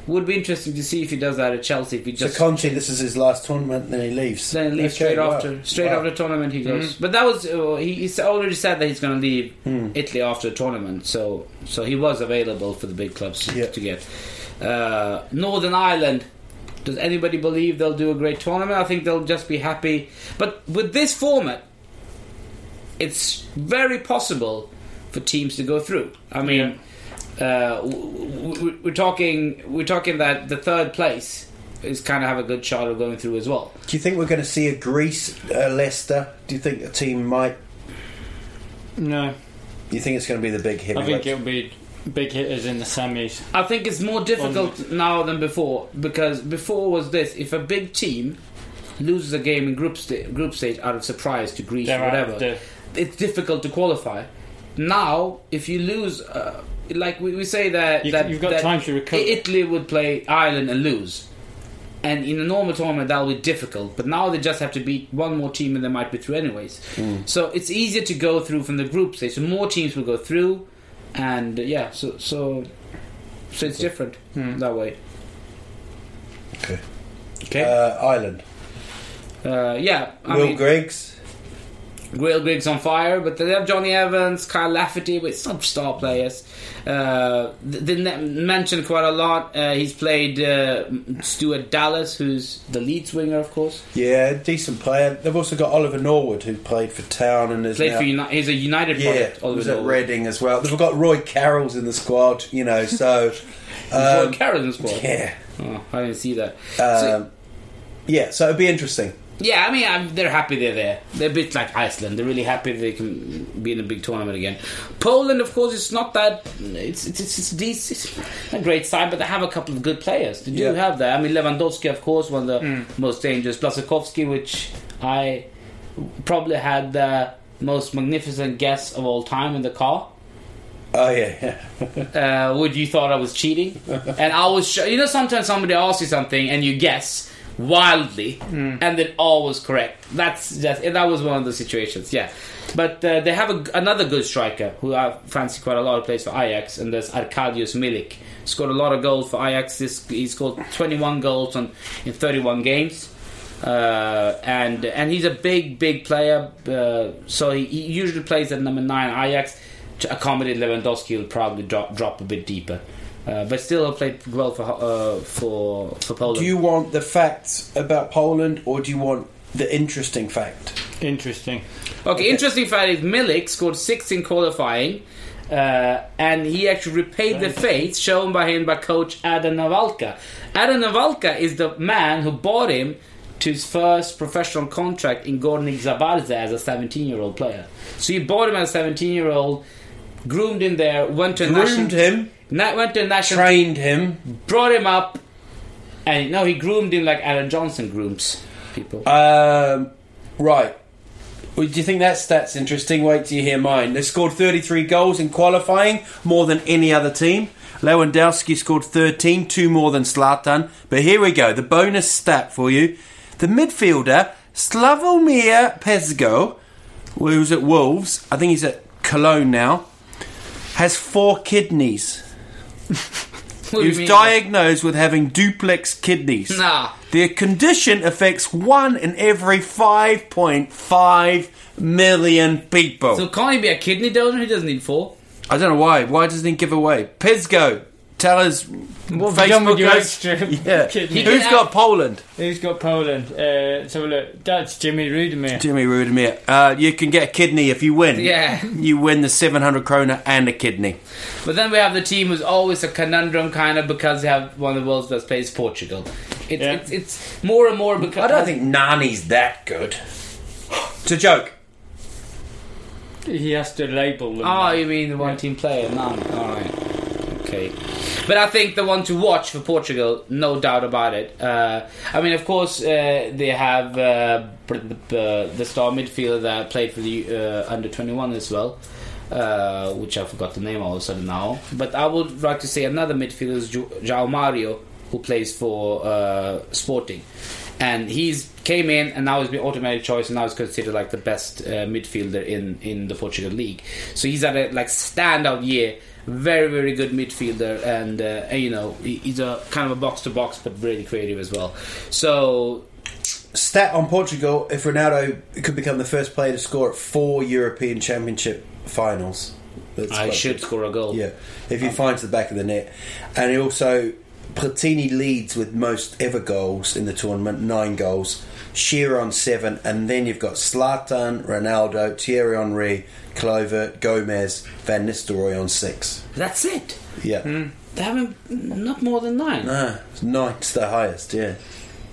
B: Would be interesting to see if he does that at Chelsea. If he
C: So
B: just
C: Conte, this is his last tournament, then he leaves.
B: then leave
C: Okay,
B: straight
C: wow.
B: after straight
C: Wow.
B: after the tournament he goes. But that was uh, he, he's already said that he's going to leave
C: Hmm.
B: Italy after the tournament, so so he was available for the big clubs
C: Yeah.
B: to get. Uh, Northern Ireland. Does anybody believe they'll do a great tournament? I think they'll just be happy. But with this format, it's very possible for teams to go through. I mean, uh, w- w- we're talking we're talking that the third place is kind of have a good shot of going through as well.
C: Do you think we're going to see a Greece, uh, Leicester? Do you think the team might?
D: No,
C: You think it's going to be the big
D: I
C: heavyweight?
D: think it'll be big hitters in the semis.
B: I think it's more difficult now than before because before was this: if a big team loses a game in group sta- group stage out of surprise to Greece
D: They're
B: or
D: out of
B: whatever, it's difficult to qualify. Now, if you lose, uh, like we, we say that,
D: You-
B: that
D: you've got
B: that
D: time to recover.
B: Italy would play Ireland and lose. And in a normal tournament, that'll be difficult. But now they just have to beat one more team, and they might be through anyways. So it's easier to go through from the group stage. So more teams will go through, and uh, yeah, so so so it's different
D: Hmm.
B: that way.
C: Okay.
B: Okay.
C: Uh, Ireland.
B: Uh, yeah. I
C: Will
B: mean,
C: Griggs.
B: Real Griggs on fire, but they have Johnny Evans, Kyle Lafferty, but some star players. Uh, they mentioned quite a lot. Uh, he's played uh, Stuart Dallas, who's the Leeds winger, of course.
C: Yeah, decent player. They've also got Oliver Norwood, who played for Town and is
B: Played
C: now,
B: for United. He's a United
C: Yeah,
B: product. Oliver
C: was at
B: Norwood.
C: Reading as well. They've got Roy Carroll's in the squad. You know, so um,
B: Roy Carroll in the Oh, squad.
C: yeah,
B: Oh, I didn't see that. So-
C: um, yeah. So it'd be interesting.
B: Yeah, I mean, i they're happy they're there. They're a bit like Iceland. They're really happy they can be in a big tournament again. Poland, of course, it's not that. It's it's it's, it's, decent- it's a great side, but they have a couple of good players. They do
C: Yeah.
B: have that. I mean, Lewandowski, of course, one of the most dangerous. Blasakowski, which I probably had the most magnificent guess of all time in the car.
C: Oh yeah, yeah.
B: Uh, would you thought I was cheating? and I was, sh- you know, sometimes somebody asks you something and you guess wildly, and it always correct. That's just and that was one of the situations. Yeah, but uh, they have a, another good striker who I fancy quite a lot. Who plays for Ajax, and there's Arkadiusz Milik. Scored a lot of goals for Ajax. This he scored 21 goals on, in 31 games. Uh, and and he's a big big player, uh, so he, he usually plays at number nine. Ajax to accommodate Lewandowski will probably drop drop a bit deeper, uh, but still he played well for uh, for for Poland.
C: Do you want the facts about Poland, or do you want the interesting fact?
D: Interesting.
B: Okay, interesting fact is Milik scored six in qualifying, uh, and he actually repaid the faith shown by him by coach Adam Nawalka. Adam Nawalka is the man who bought him to his first professional contract in Górnik Zabrze as a 17-year-old player. So he bought him as a 17-year-old, groomed him there, went to a national,
C: Groomed him,
B: na- went to a national
C: trained him.
B: brought him up, and no, he groomed him like Aaron Johnson grooms people.
C: Um, right. Well, do you think that stat's interesting? Wait till you hear mine. They scored 33 goals in qualifying, more than any other team. Lewandowski scored 13, two more than Zlatan. But here we go, the bonus stat for you. The midfielder, Slavomir Pezgo, who's at Wolves, I think he's at Cologne now, has four kidneys.
B: What do
C: He
B: you
C: was
B: mean?
C: diagnosed with having duplex kidneys.
B: Nah.
C: The condition affects one in every 5.5 million people.
B: So can't he be a kidney donor? He doesn't need four.
C: I don't know why. Why doesn't he give away? Pizgo, tell us.
D: What have you done with your
C: Facebookers.
D: extra
C: Yeah.
D: kidney?
C: Who's
B: can
C: got
B: have-
C: Poland?
D: Who's got Poland? Uh, let's have a look. That's Jimmy Rudemir.
C: Jimmy Rudemir. Uh, you can get a kidney if you win.
B: Yeah.
C: You win the 700 kroner and a kidney.
B: But then we have the team who's always a conundrum, kind of, because they have one of the world's best players, Portugal. It's,
D: Yeah.
B: it's, it's more and more because
C: I don't think Nani's that good. It's a joke.
D: He has to label them.
B: Oh, you mean the one team player? No, all right, okay. But I think the one to watch for Portugal, no doubt about it. Uh, I mean, of course, uh, they have uh, br- br- uh, the star midfielder that played for the uh, under twenty one as well. Uh, which I forgot the name all of a sudden now, but I would like to say another midfielder is Ju- João Mario, who who plays for uh, Sporting, and he's came in and now he's been automatic choice and now he's considered like the best uh, midfielder in in the Portugal league. So he's had a like standout year. Very, very good midfielder, and, uh, and, you know he- he's a kind of a box to box, but really creative as well. So
C: Stat on Portugal: If Ronaldo could become the first player to score at four European Championship finals, That's
B: I
C: quite-
B: should score Um, a goal.
C: Yeah, if he finds the back of the net, and he also Platini leads with most ever goals in the tournament, nine goals. Shearer on seven, and then you've got Slatan, Ronaldo, Thierry Henry, Clover, Gomez, Van Nistelrooy on six.
B: That's it.
C: Yeah,
B: They haven't not more than nine.
C: ah, nine's the highest. Yeah,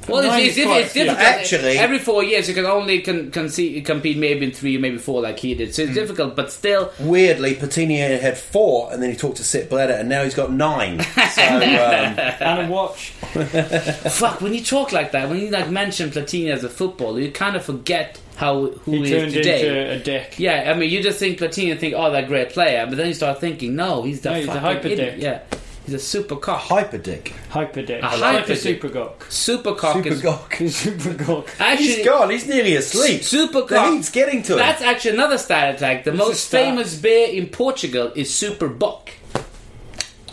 B: Well,
D: Nine
B: it's, it's,
D: is
B: it's,
D: quite
B: it's
D: a few.
B: difficult.
C: Actually-
B: every four years you can only con- concede, compete maybe in three, maybe four, like he did. So it's difficult, but still,
C: weirdly, Platini had four, and then he talked to Sepp Blatter, and now he's got nine. So um,
B: uh,
D: and a watch.
B: fuck. When you talk like that, when you like mention Platini as a footballer, you kind of forget how who
D: He
B: he is
D: turned
B: today.
D: into a dick.
B: yeah, I mean, you just think Platini and think, oh, that great player, but then you start thinking, no, he's the
D: No, he's a
B: fucking
D: hyper
B: idiot.
D: dick.
B: Yeah, he's a super cock,
C: hyper dick.
D: Hyper dick.
B: A
D: Like
B: hyper
D: a
B: dick.
D: super gawk.
B: super cock
C: Super
B: is
C: gawk.
D: Super gawk.
B: actually
C: He's gone. He's nearly asleep.
B: Super
C: The
B: cock.
C: heat's getting to him.
B: That's actually another stat attack. The
D: a
B: most
D: stat.
B: famous beer in Portugal is Super Bock.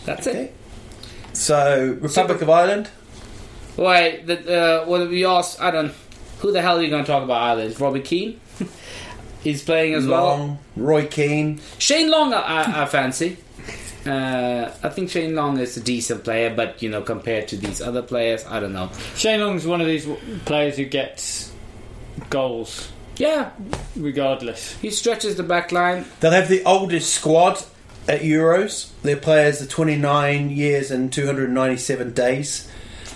B: That's it.
C: So Republic of Ireland.
B: Why? The, uh, what we asked, I don't. Who the hell are you going to talk about? Ireland? Robbie Keane. He's playing as well.
C: Long, Roy Keane.
B: Shane Long, I, I, I fancy. Uh, I think Shane Long is a decent player, but you know, compared to these other players, I don't know.
D: Shane Long's one of these w- players who gets goals
B: Yeah,
D: regardless.
B: he stretches the back line.
C: They'll have the oldest squad at Euros. Their players are 29 years and 297 days.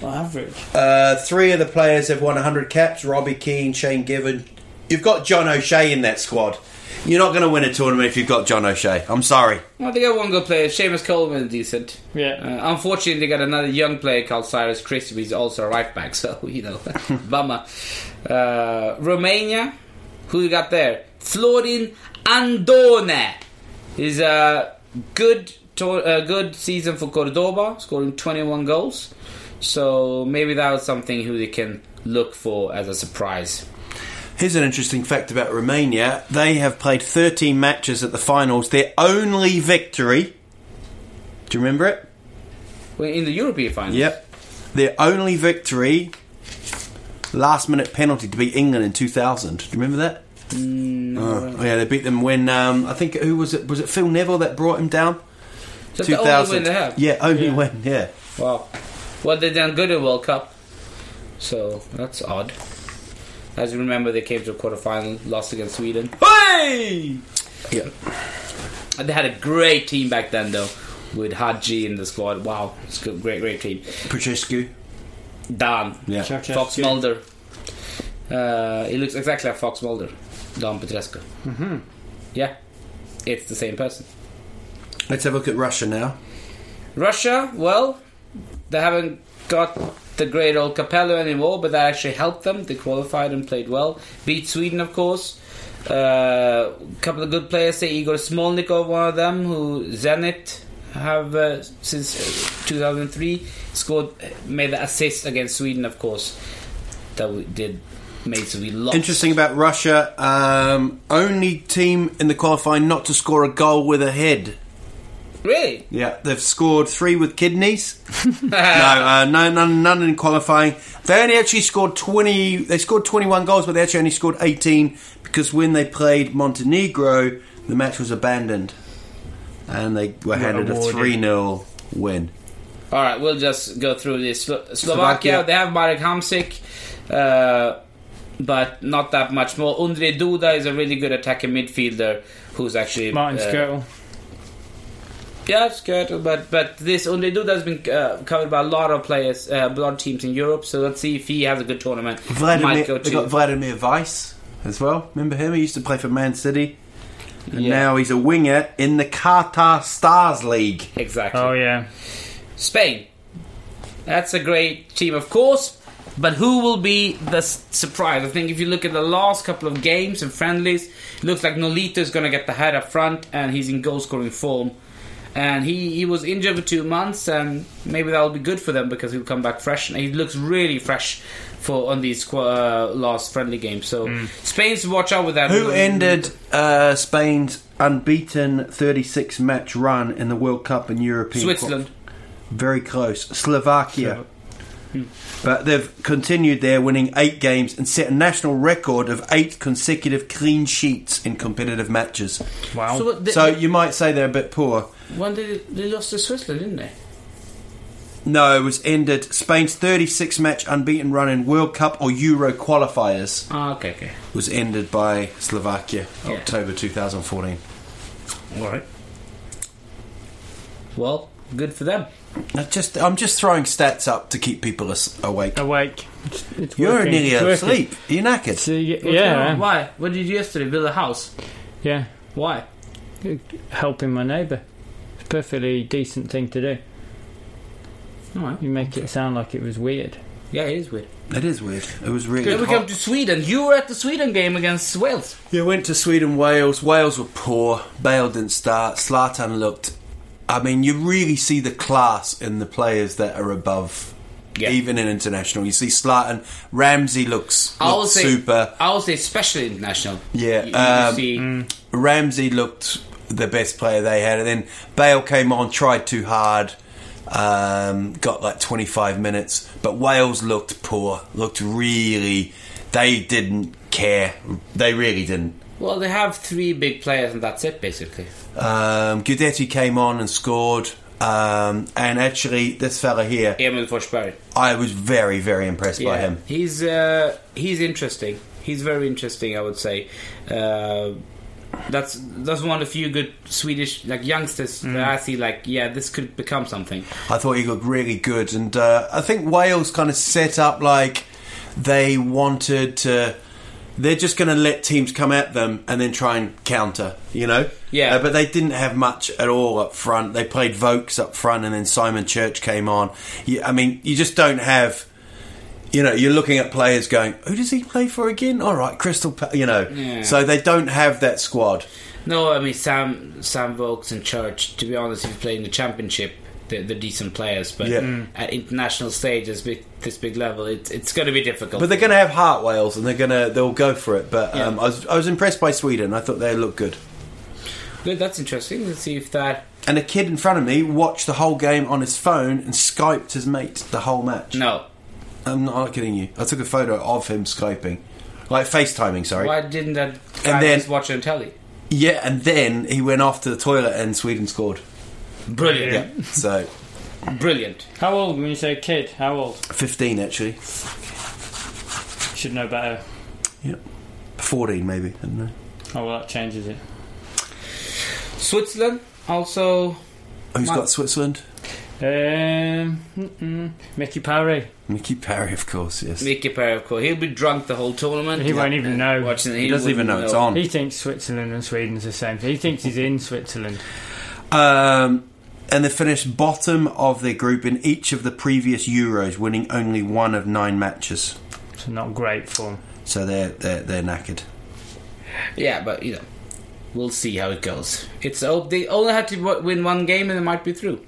D: On average.
C: Uh, three of the players have won 100 caps Robbie Keane, Shane Given. You've got John O'Shea in that squad. You're not going to win a tournament if you've got John O'Shea. I'm sorry.
B: Well, they got one good player. Seamus Coleman, decent.
D: Yeah.
B: Uh, unfortunately, they got another young player called Cyrus Christie, who's also a right back. So you know, bummer. Uh, Romania, who you got there? Florin Andone is a good, tor- uh, good season for Cordoba, scoring 21 goals. So maybe that was something who they can look for as a surprise.
C: Here's an interesting fact about Romania. They have played 13 matches at the finals. Their only victory. Do you remember it?
B: Well, In the European final.
C: Yep. Their only victory, last minute penalty to beat England in 2000. Do you remember that?
B: Mm,
C: Oh, yeah, they beat them when um, I think who was it? Was it Phil Neville that brought him down?
B: That's the only win they have.
C: Yeah, only win. Yeah.
B: Wow. Well, they done good in World Cup, so that's odd. As you remember, they came to a quarterfinal, lost against Sweden. Hey!
C: Yeah.
B: And they had a great team back then, though, with Hadji in the squad. Wow, it's a great, great team.
C: Prochescu.
B: Dan,
C: Yeah.
B: Fox Mulder. Uh, he looks exactly like Fox Mulder, Dan Petrescu. Mm-hmm. Yeah, it's the same person.
C: Let's have a look at Russia now.
B: Russia, well, they haven't got the great old Capello anymore, but that actually helped them. They qualified and played well. Beat Sweden, of course. A uh, couple of good players, say Igor Smolnikov, one of them, who Zenit have uh, since uh, 2003 scored, made the assist against Sweden, of course, that we did made so we lost.
C: Interesting about Russia. Um, only team in the qualifying not to score a goal with a head.
B: Really?
C: Yeah, they've scored three with kidneys. no, uh, no, none, none in qualifying. They only actually scored twenty. They scored twenty-one goals, but they actually only scored eighteen because when they played Montenegro, the match was abandoned, and they were handed a
D: awarded.
C: three 0 win.
B: All right, we'll just go through this. Slo- Slovakia,
C: Slovakia.
B: they have Marek Hamsik, uh, but not that much more. Andre Duda is a really good attacking midfielder who's actually
D: Martin
B: uh,
D: Skirtle.
B: Yeah, Skirtle, but but this Andre Duda has been uh, covered by a lot of players, uh, a lot of teams in Europe. So let's see if he has a good tournament.
C: Vladimir,
B: Might go
C: they
B: to-
C: got Vladimir Weiss as well. Remember him? He used to play for Man City, and
B: Yeah.
C: now he's a winger in the Qatar Stars League.
B: exactly.
D: Oh, yeah.
B: Spain. That's a great team, of course. But who will be the s- surprise? I think if you look at the last couple of games and friendlies, it looks like Nolito is going to get the head up front, and he's in goal scoring form. and he, he was injured for two months, and maybe that'll be good for them because he'll come back fresh. And he looks really fresh for on these squ- uh, last friendly games. So Spain's watch out with that.
C: Who ended uh, Spain's unbeaten 36 match run in the World Cup and European?
B: Switzerland.
C: Very close. Slovakia.
B: hmm.
C: But they've continued their winning eight games and set a national record of eight consecutive clean sheets in competitive matches.
B: Wow. So what- they-
C: so you might say they're a bit poor.
B: When did they lost to Switzerland, didn't they?
C: No, it was ended Spain's 36 match unbeaten run in World Cup or Euro qualifiers
B: Ah, okay, okay,
C: was ended by Slovakia,
B: Yeah.
C: October 2014.
B: all right. Well, good for them.
C: I just, I'm just throwing stats up to keep people as- awake.
B: Oh,
D: Awake. It's, it's
C: You're
D: working.
C: nearly
D: It's working.
C: asleep. You're
D: So,
C: knackered.
D: y-
B: What's going on?
D: yeah,
B: Why? What did you do yesterday? Build a house.
D: yeah.
B: Why?
D: Helping my neighbour. It's a perfectly decent thing to do.
B: All right.
D: You make it sound like it was weird.
B: Yeah, it is weird.
C: It is weird. It was really
B: Then we come
C: hot.
B: to Sweden. You were at the Sweden game against Wales.
C: You went to Sweden, Wales. Wales were poor. Bale didn't start. Slatan looked. I mean, you really see the class in the players that are above.
B: Yeah.
C: Even in international, you see Slatan, Ramsey looks,
B: I would
C: looks
B: say
C: super.
B: I would say especially international.
C: Yeah,
B: You, you
C: um,
B: see,
C: Ramsey looked the best player they had, and then Bale came on, tried too hard, um, got like 25 minutes. But Wales looked poor, looked really. They didn't care. They really didn't.
B: well, they have three big players, and that's it basically.
C: Um, Gudetti came on and scored. Um, and actually, this fella here,
B: Emil Forsberg.
C: I was very, very impressed by him.
B: He's uh, he's interesting. He's very interesting, I would say. Uh, that's that's one of the few good Swedish like youngsters that I see. Like, yeah, this could become something.
C: I thought he looked really good, and uh, I think Wales kind of set up like they wanted to. They're just going to let teams come at them and then try and counter, you know.
B: Yeah.
C: Uh, but they didn't have much at all up front. They played Vokes up front, and then Simon Church came on. You, I mean, you just don't have. You know, you're looking at players going, "Who does he play for again?" All right, Crystal. Pa-, you know,
B: Yeah.
C: so they don't have that squad.
B: No, I mean Sam Sam Vokes and Church. To be honest, if you play in the championship, they're, they're decent players. But
C: Yeah. Mm.
B: at international stage, this big this big level, it's it's going to be difficult.
C: But they're going to have heart whales, and they're going to they'll go for it. But um,
B: Yeah.
C: I was I was impressed by Sweden. I thought they looked good.
B: Good, that's interesting. Let's see if that.
C: And a kid in front of me watched the whole game on his phone and skyped his mate the whole match.
B: No,
C: I'm not kidding you. I took a photo of him skyping, like FaceTiming. Sorry.
B: why didn't that guy
C: And then-
B: just watch on telly?
C: Yeah, and then he went off to the toilet, and Sweden scored.
B: Brilliant,
C: So
B: brilliant.
D: How old when you say kid? How old?
C: 15 actually,
D: Should know better.
C: 14 maybe. I don't know.
D: Oh, well, that changes it.
B: Switzerland also.
C: Who's
B: Wow.
C: Oh, got Switzerland?
D: Um, mm-mm. Mickey Parry.
C: Mickey Parry, of course. Yes.
B: Mickey Perry, of course. He'll be drunk the whole tournament.
D: He won't even know.
B: Watching it,
C: he doesn't even
B: wouldn't
C: know it's on.
D: He thinks Switzerland and Sweden's the same. He thinks he's in Switzerland.
C: Um, and they finished bottom of their group in each of the previous Euros, winning only one of nine matches.
D: So not great form.
C: So they're they're, they're knackered.
B: Yeah, but you know, we'll see how it goes. It's oh, they only had to w- win one game and they might be through.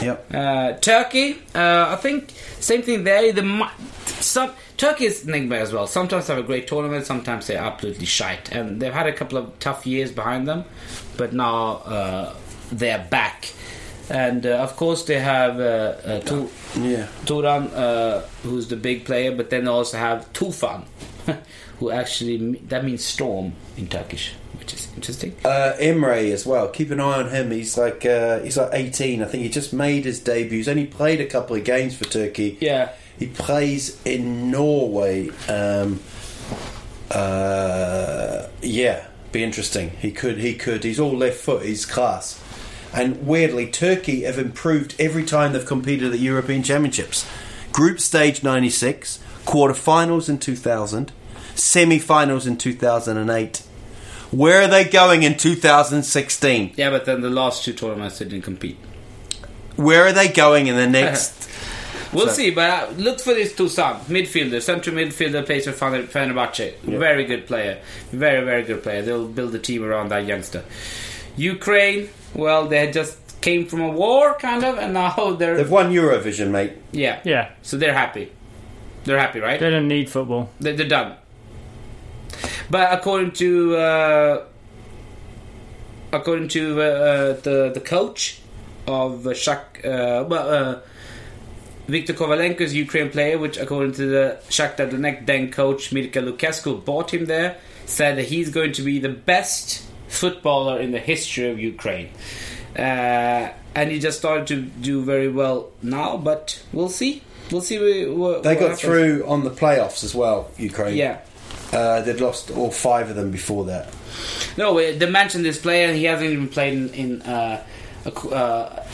C: Yep.
B: Uh, Turkey, uh, I think same thing there. The mi- some Turkey is an enigma as well. Sometimes they have a great tournament, sometimes they're absolutely shite, and they've had a couple of tough years behind them, but now uh, they're back. And uh, of course, they have uh, uh, two,
C: Yeah.
B: Turan, uh, who's the big player, but then they also have Tufan, who actually me- that means storm in Turkish, which is interesting.
C: Uh, Emre as well. Keep an eye on him. He's like uh, he's like 18. I think he just made his debut. He's only played a couple of games for Turkey.
B: Yeah.
C: He plays in Norway. Um, uh, yeah, be interesting. He could. He could. He's all left foot. He's class. And weirdly, Turkey have improved every time they've competed at the European Championships. Group stage 96, quarterfinals in 2000, semi-finals in 2008. Where are they going in 2016?
B: Yeah, but then the last two tournaments they didn't compete.
C: Where are they going in the next?
B: We'll
C: So-
B: see, but uh, look for this Tufan, midfielder, central midfielder, plays for Fener- Fenerbahce. Very good player, very very good player. They'll build a team around that youngster. Ukraine, well, they had just came from a war, kind of, and now they're
C: They've won Eurovision, mate.
B: yeah,
D: Yeah.
B: So they're happy. They're happy, right?
D: They don't need football.
B: They're, they're done. But according to uh, according to uh, uh, the the coach of uh, Shak, uh, well, uh, Viktor Kovalenko's Ukraine player, which according to the Shakhtar Donetsk then coach Mirka Lukescu bought him there, said that he's going to be the best footballer in the history of Ukraine. Uh, and he just started to do very well now, but we'll see. We'll see. wh- wh-
C: They
B: what
C: got
B: happens.
C: through on the playoffs as well, Ukraine.
B: Yeah.
C: Uh, they'd lost all five of them before that.
B: No, uh, they mentioned this player. He hasn't even played in, in uh, a, qu- uh,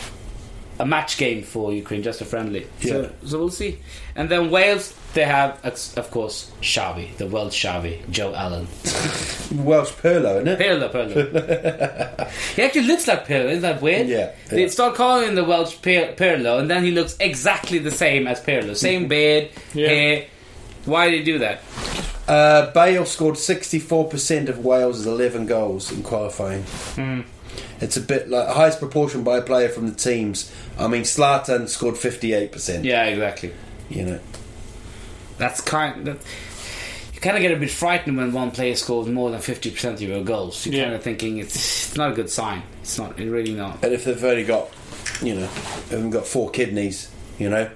B: a match game for Ukraine, just a friendly.
C: Yeah.
B: So, so we'll see. And then Wales, they have, ex- of course, Xavi, the world Xavi, Joe Allen.
C: Welsh Perlo, isn't it?
B: Pirlo, Pirlo. he actually looks like Pirlo. Isn't that weird?
C: Yeah,
B: They
C: yeah.
B: start calling him the Welsh Pir- Pirlo, and then he looks exactly the same as Pirlo. Same beard, hair. Why did he do that?
C: Uh, Bale scored 64% of Wales' 11 goals in qualifying.
B: Hmm.
C: It's a bit like highest proportion by a player from the teams. I mean, Slatan scored 58%.
B: Yeah, exactly.
C: You know.
B: That's kind. That, you kind of get a bit frightened when one player scores more than fifty percent of your goals. You're
D: Yeah.
B: kind of thinking it's, it's not a good sign. It's not. It really not.
C: And if they've only got, you know, haven't got four kidneys, you know,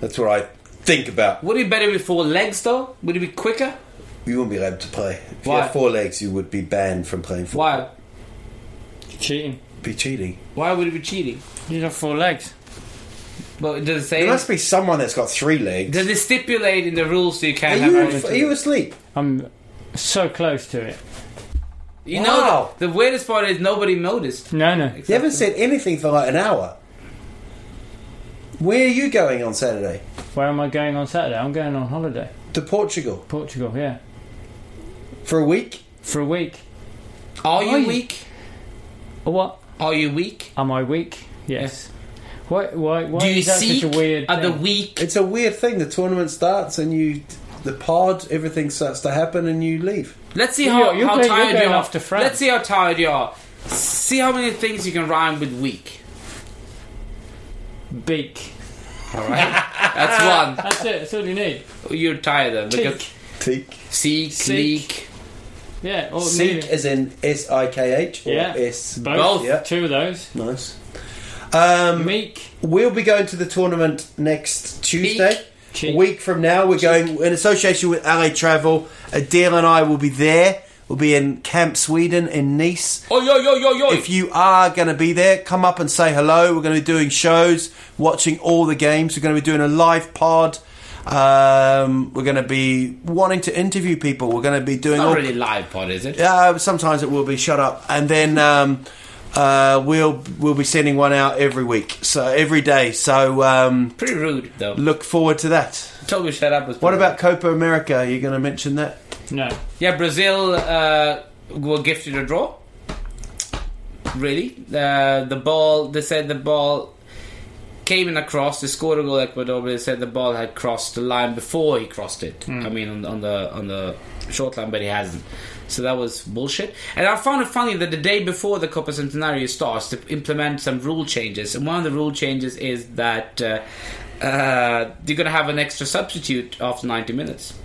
C: that's what I think about.
B: Would it be better with four legs though? Would it be quicker?
C: You wouldn't be allowed to play. If you
B: Why?
C: had four legs, you would be banned from playing
B: Why?
C: football.
D: Cheating.
C: Be cheating.
B: Why would it be cheating?
D: You have four legs.
B: But does it say?
C: There must be someone that's got three legs.
B: does it stipulate in the rules that you
C: Are
B: can't
C: you,
B: have?
C: are you asleep?
D: I'm so close to it.
B: You
C: Wow.
B: know, the weirdest part is nobody noticed.
D: No, no.
C: You haven't said anything for like an hour. Where are you going on Saturday?
D: Where am I going on Saturday? I'm going on holiday.
C: To Portugal
D: Portugal, yeah.
C: for a week.
D: For a week.
B: Are
D: Are
B: you
D: you?
B: weak?
D: Or what?
B: Are you weak?
D: Am I weak? Yes. Why? Why? Why
B: Do you
D: is that
B: seek
D: such a weird?
B: are the
D: thing?
B: weak?
C: It's a weird thing. The tournament starts and you, the pod, everything starts to happen and you leave.
B: Let's see
D: You're-
B: how,
D: you're
B: how
D: going- you're
B: tired you
D: going
B: are.
D: off to France.
B: Let's see how tired you are. See how many things you can rhyme with weak.
D: beak. Ah.
B: That's one.
D: That's it. That's all you need.
B: You're tired then because
D: Beak.
C: Teak.
B: seek,
D: Seek.
B: leak.
D: Yeah. Or
C: Seek
D: maybe-
C: as in S I K H or
D: Yeah.
C: S.
D: Both.
B: Both.
C: Yeah.
D: Two of those.
C: Nice. Um,
D: Meek.
C: We'll be going to the tournament next Tuesday.
D: Cheek.
C: A week from now, we're going in association with LA Travel. Adele and I will be there. We'll be in Camp Sweden in Nice.
B: Oh yo yo yo yo.
C: If you are going to be there, come up and say hello. We're going to be doing shows, watching all the games. We're going to be doing a live pod. Um, we're going to be wanting to interview people. We're going to be doing
B: Not
C: all
B: really live pod, is it?
C: uh, sometimes it will be shut up, and then um, uh, we'll we'll be sending one out every week, so every day. So um,
B: Pretty rude though.
C: look forward to that.
B: Toby shut up. Was
C: What
B: pretty
C: about Copa America? Are you going to mention that?
D: No.
B: rude. yeah? Brazil uh, were gifted a draw. Really, uh, the ball. They said the ball came in across. They scored a goal Ecuador, but they said the ball had crossed the line before he crossed it. I mean, on, on the on the short line, but he hasn't. So that was bullshit. And I found it funny that the day before the Copa Centenario starts, to implement some rule changes. And one of the rule changes is that uh, uh, you're going to have an extra substitute after 90 minutes.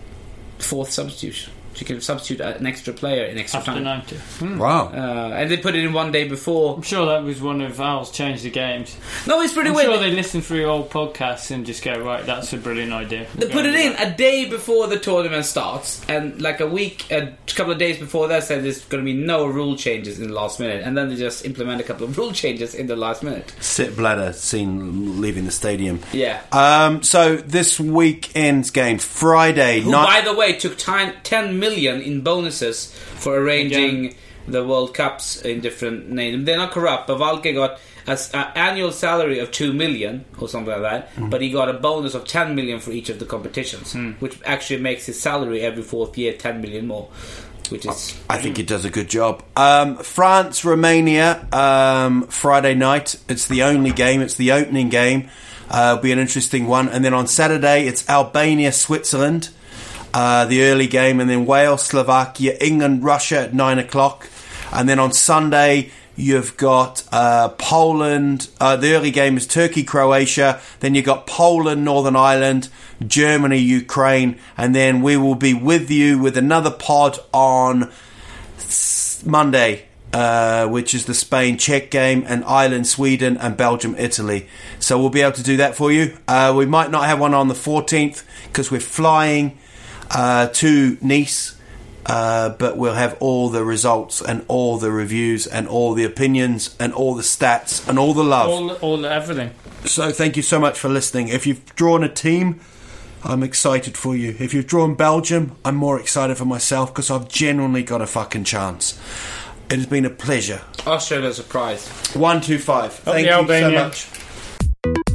B: Fourth substitution. So you can substitute an extra player in extra
D: After
B: time.
D: ninety.
C: Wow.
B: Uh, and they put it in one day before.
D: I'm sure that was one of Val's change the games.
B: No, it's pretty
D: I'm
B: weird.
D: sure they listen through old podcasts and just go, right, that's a brilliant idea.
B: They
D: We're
B: put
D: gonna
B: it
D: do
B: in
D: that.
B: a day before the tournament starts, and like a week, a couple of days before that, said there's going to be no rule changes in the last minute, and then they just implement a couple of rule changes in the last minute.
C: Sit bladder seen leaving the stadium.
B: Yeah.
C: Um, so this weekend's game, Friday
B: Who,
C: night.
B: by the way, took time, 10 million in bonuses for arranging the World Cups in different names. They're not corrupt, but Valke got an annual salary of 2 million or something like that, but he got a bonus of 10 million for each of the competitions, which actually makes his salary every fourth year 10 million more, which is.
C: I think it does a good job. Um, France, Romania, um, Friday night. It's the only game. It's the opening game. Uh, it'll be an interesting one. And then on Saturday, it's Albania, Switzerland, uh, the early game. And then Wales, Slovakia, England, Russia at nine o'clock. And then on Sunday, You've got uh, Poland. Uh, the early game is Turkey, Croatia. Then you've got Poland, Northern Ireland, Germany, Ukraine. And then we will be with you with another pod on s- Monday, uh, which is the Spain Czech game, and Ireland, Sweden, and Belgium, Italy. So we'll be able to do that for you. Uh, we might not have one on the 14th because we're flying uh, to Nice, uh, but we'll have all the results and all the reviews and all the opinions and all the stats and all the love.
D: All, all everything.
C: So thank you so much for listening. If you've drawn a team, I'm excited for you. If you've drawn Belgium, I'm more excited for myself because I've genuinely got a fucking chance. It has been a pleasure.
B: Australia's a prize.
C: One, two, five. Thank
D: the
C: you
D: Albania.
C: so much.